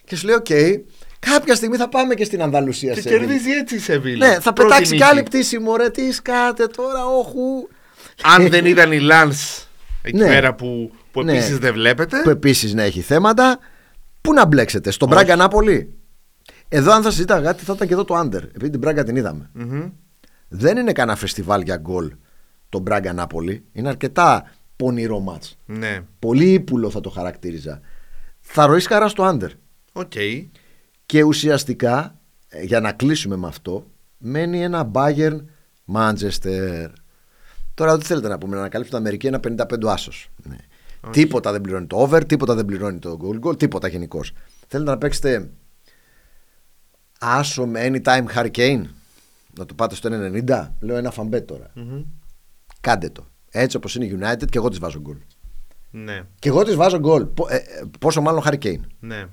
S1: και σου λέει: Οκ, κάποια στιγμή θα πάμε και στην Ανδαλουσία.
S2: Και
S1: σε Εβίλη».
S2: κερδίζει έτσι η Σεβίλη.
S1: Ναι, θα
S2: Πρώτη
S1: πετάξει κι
S2: νίκη.
S1: άλλη πτήση. Μωρέ, τι σκάτε τώρα, όχου.
S2: Αν δεν ήταν η Λανς εκεί
S1: Ναι.
S2: πέρα που, που
S1: Ναι.
S2: επίσης δεν βλέπετε.
S1: που επίσης να έχει θέματα. Πού να μπλέξετε, στον
S2: Όχι.
S1: Μπράγκα Νάπολη. Εδώ, αν θα συζητάγα κάτι, θα ήταν και εδώ το under, επειδή την Μπράγκα την είδαμε.
S2: Μμμ.
S1: Δεν είναι κανένα φεστιβάλ για γκολ το Μπράγκα Νάπολη. Είναι αρκετά πονηρό μάτς.
S2: Ναι.
S1: Πολύ ύπουλο θα το χαρακτήριζα. Θα ροεί χαρά στο under.
S2: Οκ.
S1: Και ουσιαστικά, ε, για να κλείσουμε με αυτό, μένει ένα Bayern Manchester. Τώρα, ό,τι θέλετε να πούμε, να ανακαλύψουμε την Αμερική ένα 55 άσος. Ναι. Τίποτα δεν πληρώνει το over, τίποτα δεν πληρώνει το goal goal, τίποτα γενικώς. Θέλετε να παίξετε άσο με anytime hurricane, να το πάτε στο 1,90. Λέω ένα φαμπέ τώρα.
S2: Μμμ.
S1: Κάντε το. Έτσι όπως είναι η United και εγώ της βάζω γκολ.
S2: Ναι.
S1: Και εγώ της βάζω γκολ. Πο- ε, ε, Πόσο μάλλον hurricane.
S2: Ναι.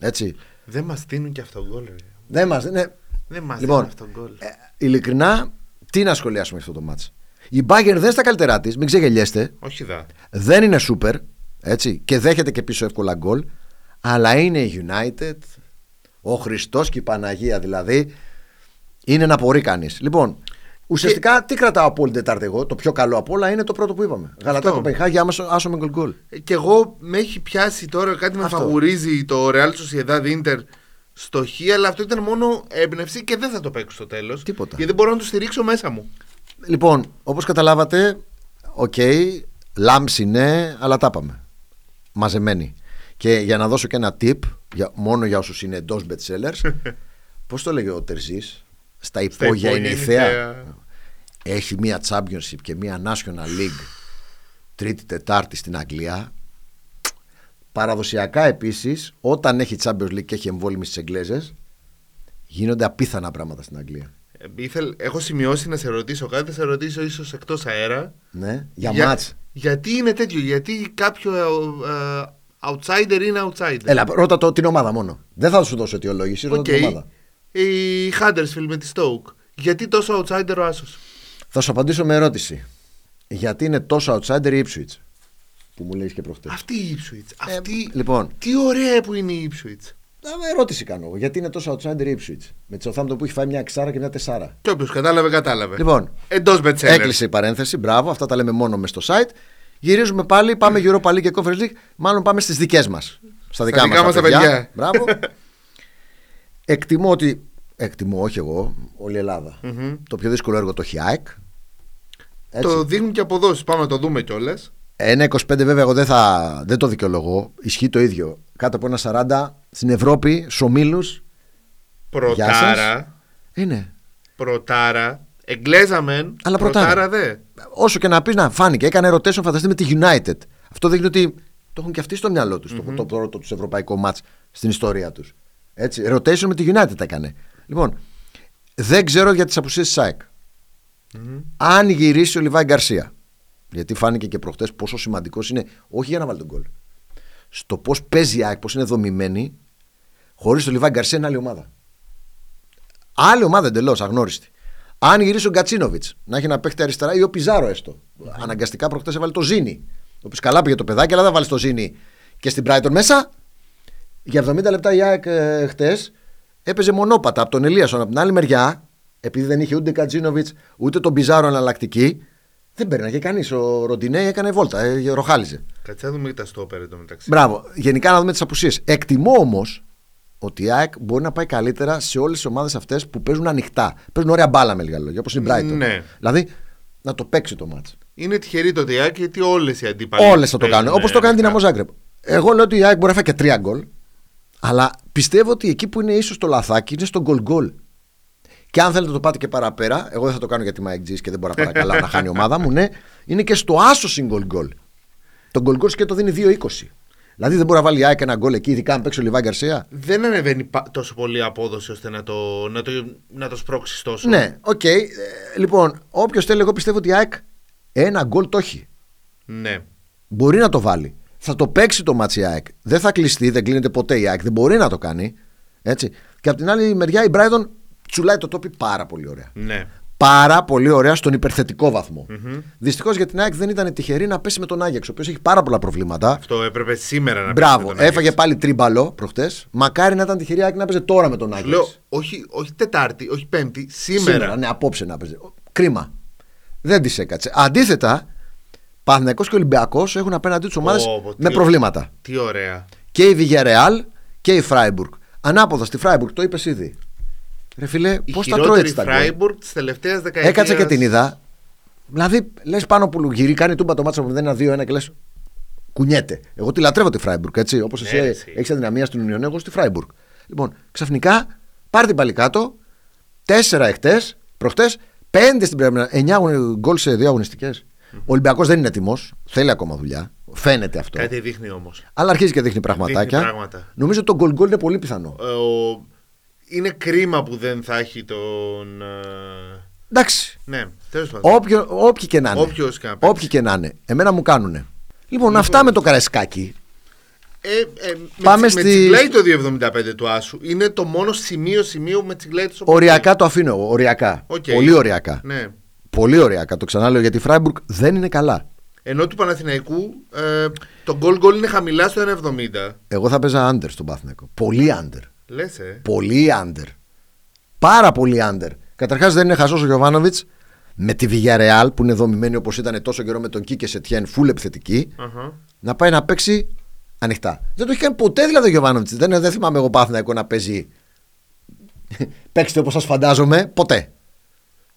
S1: Έτσι.
S2: Δεν μας δίνουν και αυτόν τον γκολ. ρε.
S1: Δεν μας. Ναι.
S2: Δεν μας
S1: Λοιπόν,
S2: δίνουν αυτόν τον γκολ.
S1: ε, ειλικρινά, τι να σχολιάσουμε για αυτό το μάτς. Η Bayern δεν είναι στα καλύτερά της, μην ξεγελιέστε.
S2: Όχι δα.
S1: Δεν είναι super, έτσι, και δέχεται και πίσω εύκολα γκολ. Αλλά είναι η United, ο Χριστός και η Παναγία δηλαδή. Είναι να μπορεί κανείς. Λοιπόν, ουσιαστικά τι κρατάω από όλη την Τετάρτη εγώ. Το πιο καλό από όλα είναι το πρώτο που είπαμε. Γαλατά Κοπενχάγη, άμεσο, άσο με γκολ γκολ.
S2: Ε, Κι εγώ με έχει πιάσει τώρα κάτι με
S1: Αυτό.
S2: φαγουρίζει το Real Sociedad Inter στο Χ, αλλά αυτό ήταν μόνο έμπνευση και δεν θα το παίξω στο τέλος.
S1: Τίποτα.
S2: Γιατί δεν μπορώ να το στηρίξω μέσα μου.
S1: Λοιπόν, όπως καταλάβατε, οκ, λάμψη ναι, αλλά τα πάμε. Μαζεμένη. Και για να δώσω και ένα tip, για, μόνο για όσους είναι εντός best sellers, Πώς το λέγε ο Τερζής, στα
S2: Στα
S1: υπόγεια είναι η θέα.
S2: θέα.
S1: Έχει μία Championship και μία National League Τρίτη Τετάρτη στην Αγγλία. Παραδοσιακά επίσης, όταν έχει Champions League και έχει εμβόλυμη στις Εγγλέζες, γίνονται απίθανα πράγματα στην Αγγλία.
S2: Ε, ήθελ- έχω σημειώσει να σε ρωτήσω κάτι, θα σε ρωτήσω ίσως εκτός αέρα.
S1: Ναι, για, για... μάτς.
S2: Γιατί είναι τέτοιο, γιατί κάποιο ε, outsider είναι outsider.
S1: Έλα, ρώτα το, την ομάδα μόνο. Δεν θα σου δώσω αιτιολόγηση, ρώτα
S2: Οκ.
S1: την ομάδα.
S2: Η Huddersfield με τη Stoke. Γιατί τόσο outsider ο Άσος.
S1: Θα σου απαντήσω με ερώτηση. Γιατί είναι τόσο outsider η Ipswich, που μου λέει και προχτές.
S2: Αυτή η Ipswich. Αυτή...
S1: λοιπόν.
S2: Τι ωραία που είναι η Ipswich.
S1: Ερώτηση κάνω εγώ. Γιατί είναι τόσο outsider η Ipswich, με τη Southampton που έχει φάει μια εξάρα και μια τεσσάρα.
S2: Και όποιος κατάλαβε, κατάλαβε.
S1: Λοιπόν,
S2: Εντός Μπετσέλερ.
S1: Έκλεισε η παρένθεση, μπράβο, αυτά τα λέμε μόνο μες στο site. Γυρίζουμε πάλι, πάμε
S2: Ε.
S1: Europa League και Conference League. Μάλλον πάμε στις δικές μας. Στα δικά,
S2: δικά
S1: μα
S2: μας
S1: τα
S2: τα
S1: παιδιά.
S2: παιδιά.
S1: Μπράβο. Εκτιμώ ότι. Εκτιμώ, όχι εγώ, όλη η ελλαδα Το πιο δύσκολο έργο το έχει η ΑΕΚ. Έτσι.
S2: Το δείχνουν και αποδόσεις. Πάμε να το δούμε κιόλας.
S1: Ένα 25 βέβαια εγώ δεν, θα, δεν το δικαιολογώ. Ισχύει το ίδιο. Κάτω από ένα 40 στην Ευρώπη, στου ομίλου.
S2: Πρωτάρα.
S1: Είναι.
S2: Πρωτάρα. Εγγλέζα μεν.
S1: Αλλά πρωτάρα.
S2: δε.
S1: Όσο και να πεις να φάνηκε, έκανε rotation φανταστεί με τη United. Αυτό δείχνει ότι το έχουν και αυτοί στο μυαλό τους. Το, το πρώτο τους ευρωπαϊκό μάτ στην ιστορία τους. Έτσι. Rotation με τη United έκανε. Λοιπόν, δεν ξέρω για τις απουσίες της ΑΕΚ. Αν γυρίσει ο Λιβάη Γκαρσία. Γιατί φάνηκε και προχτές πόσο σημαντικός είναι, όχι για να βάλει τον κόλ. Στο πώς παίζει η ΑΕΚ, πώς είναι δομημένη, χωρίς τον Λιβάη Γκαρσία είναι άλλη ομάδα. Άλλη ομάδα εντελώς, αγνώριστη. Αν γυρίσει ο Γκατσίνοβιτ να έχει ένα παίχτη αριστερά ή ο Πιζάρο έστω. Αναγκαστικά προχτές έβαλε το Ζήνη. Ο οποίος καλά πήγε το παιδάκι, αλλά δεν βάλει το Ζήνη και στην Brighton μέσα. Για 70 λεπτά η ΑΕΚ χτες έπαιζε μονόπατα από τον Ελίασον από την άλλη μεριά, επειδή δεν είχε ούτε Κατζίνοβιτ ούτε τον Πιζάρο εναλλακτική. Δεν παίρναγε κανείς. Ο Ροντινέ έκανε βόλτα, ε, ροχάλιζε.
S2: Κάτσε να δούμε και τα στόπερ εντωμεταξύ.
S1: Μπράβο. Γενικά να δούμε τις απουσίες. Εκτιμώ όμως ότι η ΑΕΚ μπορεί να πάει καλύτερα σε όλες τις ομάδες αυτές που παίζουν ανοιχτά. Παίζουν ωραία μπάλα με λίγα λόγια, όπως η Brighton.
S2: Ναι.
S1: Δηλαδή να το παίξει το μάτσο.
S2: Είναι τυχερή το ΔΙΑΚ γιατί όλες οι αντίπαλοι. ε,
S1: Όλες θα το κάνουν.
S2: ναι,
S1: Όπω το κάνει η Δυναμό Ζάγκρεπ. Εγώ λέω ότι η ΑΕΚ μπορεί να φάει και τρία γκολ. Αλλά πιστεύω ότι εκεί που είναι ίσως το λαθάκι είναι στο γκολ γκολ. Και αν θέλετε το πάτε και παραπέρα, εγώ δεν θα το κάνω γιατί είμαι Αιγτζή και δεν μπορώ να παρακαλάω να χάνει η ομάδα μου, ναι. Είναι και στο άσο γκολ γκολ. Το γκολ γκολ και το δίνει 2-20. Δηλαδή δεν μπορεί να βάλει η ΑΕΚ ένα γκολ εκεί, ειδικά αν παίξει ο Λιβάη Γκαρσία.
S2: Δεν ανεβαίνει πα- τόσο πολύ η απόδοση ώστε να το, να το, να το σπρώξεις τόσο.
S1: Ναι, οκ. Ε, λοιπόν, όποιος θέλει, εγώ πιστεύω ότι η ΑΕΚ ένα γκολ το έχει.
S2: Ναι.
S1: Μπορεί να το βάλει. Θα το παίξει το μάτσι η ΑΕΚ. Δεν θα κλειστεί, δεν κλείνεται ποτέ η ΑΕΚ. Δεν μπορεί να το κάνει. Έτσι. Και από την άλλη μεριά η Brighton τσουλάει το τόπι πάρα πολύ ωραία.
S2: ναι.
S1: Πάρα πολύ ωραία στον υπερθετικό βαθμό. Δυστυχώς για την ΑΕΚ δεν ήταν τυχερή να πέσει με τον Άγιαξ, ο οποίος έχει πάρα πολλά προβλήματα.
S2: Αυτό έπρεπε σήμερα να πεις
S1: Μπράβο,
S2: με τον
S1: έφαγε
S2: Άγιαξ.
S1: πάλι τρίμπαλο προχτές. Μακάρι να ήταν τυχερή η ΑΕΚ να παίζει τώρα με τον Άγιαξ.
S2: Λέω, όχι, όχι Τετάρτη, όχι Πέμπτη, σήμερα.
S1: ναι, απόψε να παίζει. Κρίμα. Δεν τη έκατσε. Αντίθετα, Παναθηναϊκός και Ολυμπιακός έχουν απέναντί τους ομάδες
S2: Ω,
S1: με
S2: τι-
S1: προβλήματα.
S2: Τι ωραία.
S1: και η Villarreal και η Φράιμπουργκ. Ανάποδα στη Φράιμπουργκ, το είπες ήδη. Ρε φίλε, πώ τα τρώει έτσι τα γκολ.
S2: Φράιμπουργκ της τελευταίας δεκαετίας.
S1: Έκατσε και την είδα. Δηλαδή, λες πάνω που γυρί, κάνει τούμπα το μάτσο από 0-2-1 και λες. Κουνιέται. Εγώ τη λατρεύω τη Φράιμπουργκ, έτσι. Όπως
S2: Ναι,
S1: εσύ
S2: ρε, εσύ.
S1: έχεις αδυναμία στην Ουνιόν, εγώ στη Φράιμπουργκ. Λοιπόν, ξαφνικά πάρει την πάλι κάτω. Τέσσερα εχθές, προχτές, πέντε στην Πρέμινα, εννιά αγωνι- γκολ σε δύο αγωνιστικές. Ο Ολυμπιακός δεν είναι έτοιμος. Θέλει ακόμα δουλειά. Φαίνεται αυτό.
S2: Κάτι δείχνει όμως.
S1: Αλλά αρχίζει και δείχνει πραγματάκια.
S2: πράγματα.
S1: Νομίζω ότι το γκολ γκολ είναι πολύ πιθανό.
S2: Ε, Είναι κρίμα που δεν θα έχει τον. ε,
S1: Εντάξει.
S2: Ναι, τέλος πάντων.
S1: Όποιο, όποιοι και να είναι.
S2: Όποιος και να παίξει.
S1: όποιοι και να είναι. Εμένα μου κάνουνε. Λοιπόν, αυτά με το καρεσκάκι.
S2: Ε, ε, με
S1: Πάμε
S2: τσι- με
S1: στη-
S2: τσιγκλάει το 2,75 του Άσου. Είναι το μόνο σημείο σημείο που με τσιγκλάει το Σοποτέκ.
S1: Οριακά το αφήνω εγώ. Οριακά.
S2: Οκ.
S1: Πολύ οριακά.
S2: Ναι.
S1: Πολύ οριακά. Το ξαναλέω γιατί η Φράιμπουργκ δεν είναι καλά.
S2: Ενώ του Παναθηναϊκού ε, το goal goal είναι χαμηλά στο 1,70.
S1: Εγώ θα παίζα under στον Παθηνακό. Πολύ under.
S2: Λες, ε.
S1: Πολύ under. Πάρα πολύ under. Καταρχάς δεν είναι χαζός ο Γιωβάνοβιτ με τη Villarreal που είναι δομημένη όπως ήταν τόσο καιρό με τον Κίκε Σετιέν, φουλ επιθετική.
S2: Αχα.
S1: να πάει να παίξει ανοιχτά. Δεν το έχει κάνει ποτέ δηλαδή ο Γιωβάνοβιτ. Δεν, δεν θυμάμαι εγώ Πάθηνακο να παίζει. Παίξτε όπως σας φαντάζομαι, ποτέ.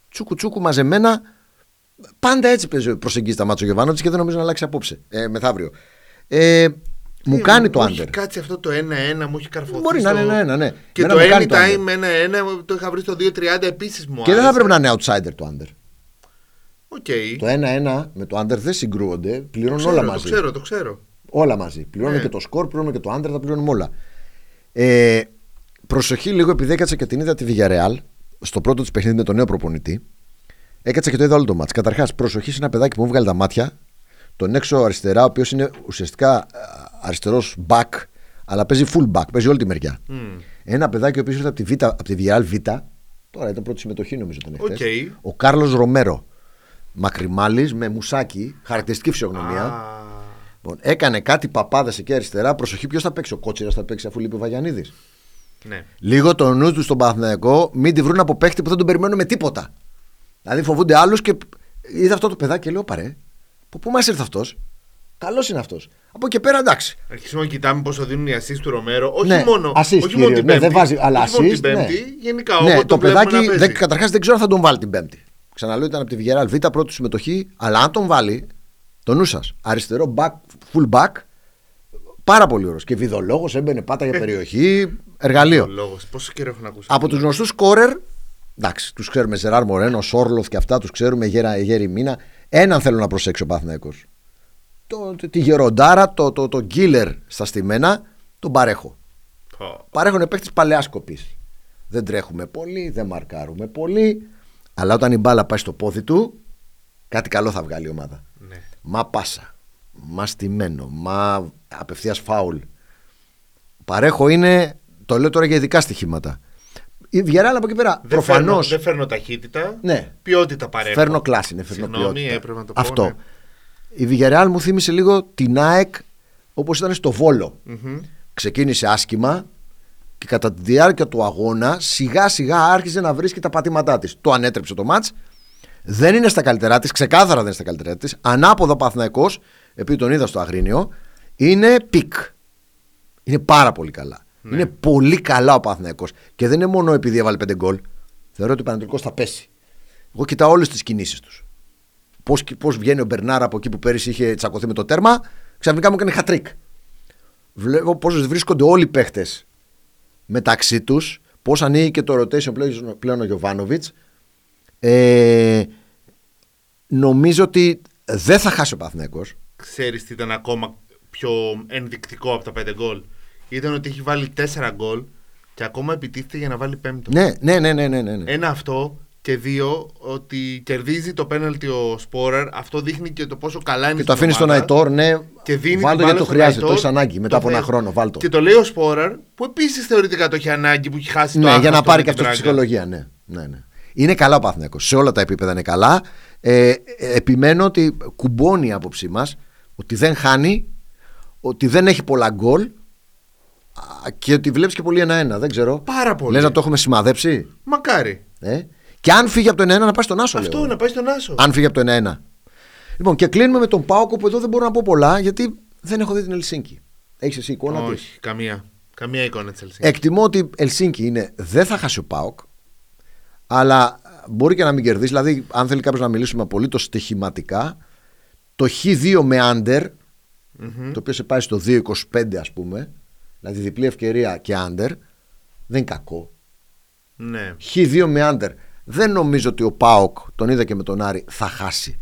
S1: Τσούκου τσούκου μαζεμένα. Πάντα έτσι παίζει, προσεγγίζει τα μάτια ο Γιωβάνοβιτ και δεν νομίζω να αλλάξει απόψε. Ε, μεθαύριο. Ε, Μου κάνει το
S2: Μου έχει
S1: under.
S2: κάτσει αυτό το 1-1, μου έχει καρφωθεί.
S1: Μπορεί να
S2: στο-
S1: είναι ένα, ναι.
S2: Και
S1: Εμένα
S2: το
S1: μου κάνει το
S2: anytime 1-1 το είχα βρει στο 2-30 επίσης μου.
S1: Και δεν θα
S2: άρεσε.
S1: πρέπει να είναι outsider το under.
S2: Οκ.
S1: Το 1-1 με το under δεν συγκρούονται. Πληρώνουν
S2: Ξέρω,
S1: όλα
S2: το
S1: μαζί.
S2: ξέρω, το ξέρω.
S1: Όλα μαζί. Πληρώνουμε
S2: Ναι.
S1: και το σκορ, πληρώνουμε και το άντρα, τα πληρώνουμε όλα. Ε, προσοχή λίγο, επειδή έκατσα και την είδα τη Villarreal στο πρώτο της παιχνίδι με τον νέο προπονητή. Έκατσα και το είδα όλο το μάτς. Καταρχάς, προσοχή σε ένα παιδάκι που μου βγάλει τα μάτια. Τον έξω αριστερά, ο οποίος είναι ουσιαστικά αριστερός back, αλλά παίζει full back, παίζει όλη τη μεριά.
S2: Mm.
S1: Ένα παιδάκι ο οποίος ήρθε από τη, Β, από τη Villarreal Β. Τώρα ήταν πρώτη συμμετοχή νομίζω τον
S2: Οκ.
S1: εχθές. Ο Κάρλος Ρομέρο. Μακριμάλης με μουσάκι, χαρακτηριστική φυσιογνωμία.
S2: Α,
S1: Λοιπόν, έκανε κάτι παπάδες εκεί αριστερά. Προσοχή, ποιος θα παίξει. Ο Κότσιρας θα παίξει αφού λείπει ο Βαγιανίδης.
S2: Ναι.
S1: Λίγο το νους του στον Παναθηναϊκό, μην τη βρουν από παίχτη που δεν τον περιμένουν με τίποτα. Δηλαδή φοβούνται άλλους και είδα αυτό το παιδάκι και λέω παρέ. Που πού μας ήρθε αυτός. Καλός είναι αυτός. Από εκεί πέρα εντάξει.
S2: Αρχίσουμε να κοιτάμε πόσο δίνουν οι assist του Ρομέρο. Όχι
S1: Ναι,
S2: μόνο,
S1: assist
S2: όχι μόνο
S1: κυρίως.
S2: την
S1: Ναι,
S2: Πέμπτη.
S1: δεν βάζει, αλλά
S2: όχι μόνο την
S1: assist,
S2: Πέμπτη,
S1: ναι.
S2: γενικά
S1: ναι,
S2: όποτε
S1: το
S2: βλέπουμε να
S1: παιδάκι
S2: παίζει.
S1: δεν, καταρχάς δεν ξέρω αν θα τον βάλει την Πέμπτη. Ξαναλέω ήταν από τη Βιγεράλ Β' πρώτη συμμετοχή, αλλά αν τον βάλει, το νου σα. Αριστερό back, full back, πάρα πολύ ωραίος. Και βιδολόγος έμπαινε πάτα
S2: Ε.
S1: για περιοχή, εργαλείο.
S2: Ο λόγος, πόσο καιρό έχω να ακούσω.
S1: Από τους γνωστού σκόρερ, εντάξει, τους ξέρουμε Ζεράρ Μορένο, Σόρλοφ και αυτά, τους ξέρουμε Γέρα, Γέρι Μίνα. Έναν θέλω να προσέξω ο Παθνέκο. Το, τη γεροντάρα, το, το, το γκίλερ στα στημένα, τον παρέχω.
S2: Πω.
S1: Παρέχουν παίχτε παλαιά κοπή. Δεν τρέχουμε πολύ, δεν μαρκάρουμε πολύ. Αλλά όταν η μπάλα πάει στο πόδι του, κάτι καλό θα βγάλει η ομάδα.
S2: Ναι.
S1: Μα πάσα. Μα στημένο. Μα απευθείας φάουλ. Παρέχω είναι. Το λέω τώρα για ειδικά στοιχήματα. Η Βιεράλ από εκεί πέρα.
S2: Δεν
S1: Προφανώς.
S2: φέρνω- Δεν φέρνω ταχύτητα.
S1: Ναι.
S2: Ποιότητα παρέχω.
S1: Φέρνω κλάση, ναι, φέρνω
S2: Συγγνώμη,
S1: ποιότητα.
S2: έπρεπε να το πω.
S1: Αυτό.
S2: ναι.
S1: Η Βιγερεάλ μου θύμισε λίγο την ΑΕΚ όπως ήταν στο Βόλο.
S2: Μμμ.
S1: Ξεκίνησε άσχημα και κατά τη διάρκεια του αγώνα σιγά σιγά άρχιζε να βρίσκει τα πατήματά της. Το ανέτρεψε το μάτ. Δεν είναι στα καλύτερά της, ξεκάθαρα δεν είναι στα καλύτερά της. Ανάποδα ο Παθηναϊκός, επειδή τον είδα στο Αγρίνιο, είναι πικ. Είναι πάρα πολύ καλά. Είναι πολύ καλά ο Παθηναϊκός. Και δεν είναι μόνο επειδή έβαλε πέντε γκολ. Θεωρώ ότι ο Πανατολικό θα πέσει. Εγώ κοιτάω όλες τις κινήσεις τους πώς, πώς βγαίνει ο Μπερνάρ από εκεί που πέρυσι είχε τσακωθεί με το τέρμα, ξαφνικά μου έκανε χατρίκ. Βλέπω πώς βρίσκονται όλοι οι παίχτες μεταξύ τους, πώς ανοίγει και το rotation πλέον, πλέον ο Γιωβάνοβιτς. Ε, νομίζω ότι δεν θα χάσει ο Παθηναϊκός.
S2: ξέρεις τι ήταν ακόμα πιο ενδεικτικό από τα πέντε γκολ. Ήταν ότι έχει βάλει τέσσερα γκολ και ακόμα επιτίθεται για να βάλει πέμπτο.
S1: Ναι, ναι, ναι, ναι, ναι, ναι. ναι.
S2: Ένα αυτό και δύο ότι κερδίζει το πέναλτι ο Σπόραρ. Αυτό δείχνει και το πόσο καλά είναι
S1: και το
S2: στην
S1: αφήνει στον
S2: ομάδα.
S1: Αϊτόρ, ναι,
S2: Και δίνει την
S1: βάλτο
S2: μπάλα
S1: γιατί το
S2: στον
S1: χρειάζεται,
S2: Αϊτόρ,
S1: το έχεις ανάγκη μετά από ένα
S2: θέλει.
S1: χρόνο, βάλτο.
S2: Και το λέει ο Σπόραρ που επίσης θεωρητικά το έχει ανάγκη που έχει χάσει το
S1: Ναι, για
S2: άγχος
S1: να
S2: του
S1: πάρει
S2: με
S1: και
S2: την
S1: αυτό τη
S2: Πράγκα.
S1: ψυχολογία. Ναι, ναι, ναι. Είναι καλά ο Παθηναϊκός. Σε όλα τα επίπεδα είναι καλά. Ε, ε, επιμένω ότι κουμπώνει η άποψή μας ότι δεν χάνει, ότι δεν έχει πολλά γκολ α, και ότι βλέπεις και πολύ ένα-ένα. Δεν ξέρω.
S2: Πάρα πολύ.
S1: Λες να το έχουμε σημαδέψει.
S2: Μακάρι.
S1: Ε? Και αν φύγει από το 1-1 να πάει στον Άσο.
S2: Αυτό
S1: λέω.
S2: να πάει στον Άσο.
S1: Αν φύγει από το 1-1. Λοιπόν, και κλείνουμε με τον Πάοκο που εδώ δεν μπορώ να πω πολλά γιατί δεν έχω δει την Ελσίνκη. Έχεις εσύ εικόνα της?
S2: Όχι, καμία. Καμία εικόνα της Ελσίνη.
S1: Εκτιμώ ότι Ελσίνκι είναι δεν θα χάσει ο Πάοκ, αλλά μπορεί και να μην κερδίσει. Δηλαδή, αν θέλει κάποιος να μιλήσουμε απολύτως στοιχηματικά, το Χ2 με άντερ, το οποίο σε πάει στο 2,25 ας πούμε, δηλαδή διπλή ευκαιρία και άντερ, δεν είναι κακό.
S2: Ναι.
S1: Χ2 με άντερ. Δεν νομίζω ότι ο Πάοκ, τον είδα και με τον Άρη, θα χάσει.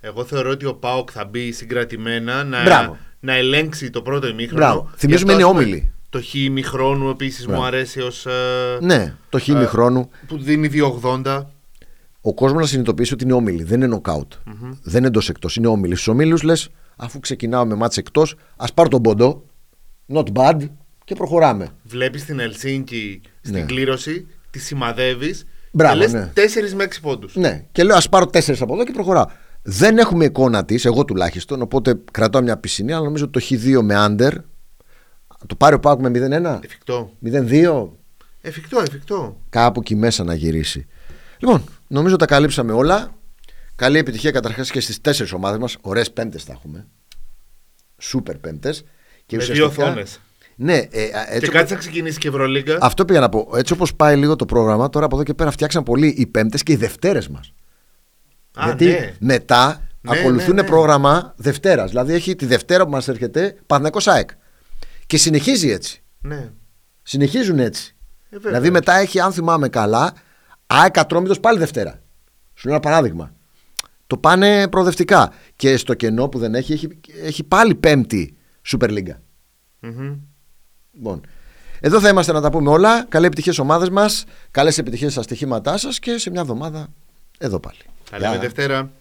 S2: Εγώ θεωρώ ότι ο Πάοκ θα μπει συγκρατημένα να,
S1: Μπράβο.
S2: να ελέγξει το πρώτο ημίχρονο.
S1: Μπράβο.
S2: Γι' αυτό,
S1: Θυμίζουμε,
S2: ας
S1: είναι
S2: πούμε,
S1: όμιλοι.
S2: Το χ ημιχρόνου επίσης μου
S1: Μπράβο.
S2: αρέσει ως. Ε,
S1: Ναι, το Χ
S2: ε,
S1: χρόνου.
S2: Που δίνει 2,80.
S1: ο κόσμος να συνειδητοποιήσει ότι είναι όμιλοι, δεν είναι νοκάουτ. Δεν είναι εντός εκτός, είναι όμιλοι. Στους ομίλους λες, αφού ξεκινάω με μάτσε εκτός, ας πάρω τον ποντό, not bad, και προχωράμε.
S2: Βλέπεις την Ελσίνκη στην
S1: Ναι.
S2: κλήρωση, τη σημαδεύεις.
S1: Μπράβο,
S2: και λες
S1: ναι.
S2: 4 με 6 πόντους.
S1: Ναι, και λέω ας πάρω τέσσερις από εδώ και προχωράω. Δεν έχουμε εικόνα της, εγώ τουλάχιστον, οπότε κρατάω μια πισινή, αλλά νομίζω ότι το Χ2 με άντερ. Το πάρει ο Πάουκ με 0-1,
S2: Εφικτό.
S1: 0-2,
S2: Εφικτό, εφικτό.
S1: κάπου εκεί μέσα να γυρίσει. Λοιπόν, νομίζω τα καλύψαμε όλα. Καλή επιτυχία καταρχάς και στις τέσσερις ομάδες μας. Ωραίες πέμπτες θα έχουμε. Σούπερ πέμπτες. Και
S2: Με δύο
S1: ουσιαστικά-
S2: οθόνες.
S1: Ναι, ε, α, έτσι
S2: Και
S1: όπως-
S2: κάτσε να ξεκινήσει και η Ευρωλίγκα.
S1: αυτό πήγα να πω. Έτσι όπως πάει λίγο το πρόγραμμα, τώρα από εδώ και πέρα φτιάξαν πολύ οι πέμπτες και οι Δευτέρες μας.
S2: Α,
S1: Γιατί
S2: ναι.
S1: μετά
S2: Ναι,
S1: Ακολουθούν
S2: ναι, ναι.
S1: πρόγραμμα Δευτέρας. Δηλαδή έχει τη Δευτέρα που μας έρχεται Παναθυνακό ΑΕΚ. Και συνεχίζει έτσι.
S2: Ναι.
S1: Συνεχίζουν έτσι.
S2: Ε, βέβαια.
S1: δηλαδή μετά έχει, αν θυμάμαι καλά, ΑΕΚ Ατρόμητος πάλι Δευτέρα. Σου λέω ένα παράδειγμα. Το πάνε προοδευτικά. Και στο κενό που δεν έχει, έχει, έχει πάλι Πέμπτη Super League.
S2: Μμμ.
S1: Λοιπόν. Εδώ θα είμαστε να τα πούμε όλα. Καλή επιτυχία ομάδες μας. Καλές επιτυχίες στα στοιχήματά σας και σε μια εβδομάδα εδώ πάλι.
S2: Τα λέμε
S1: Γεια.
S2: Δευτέρα.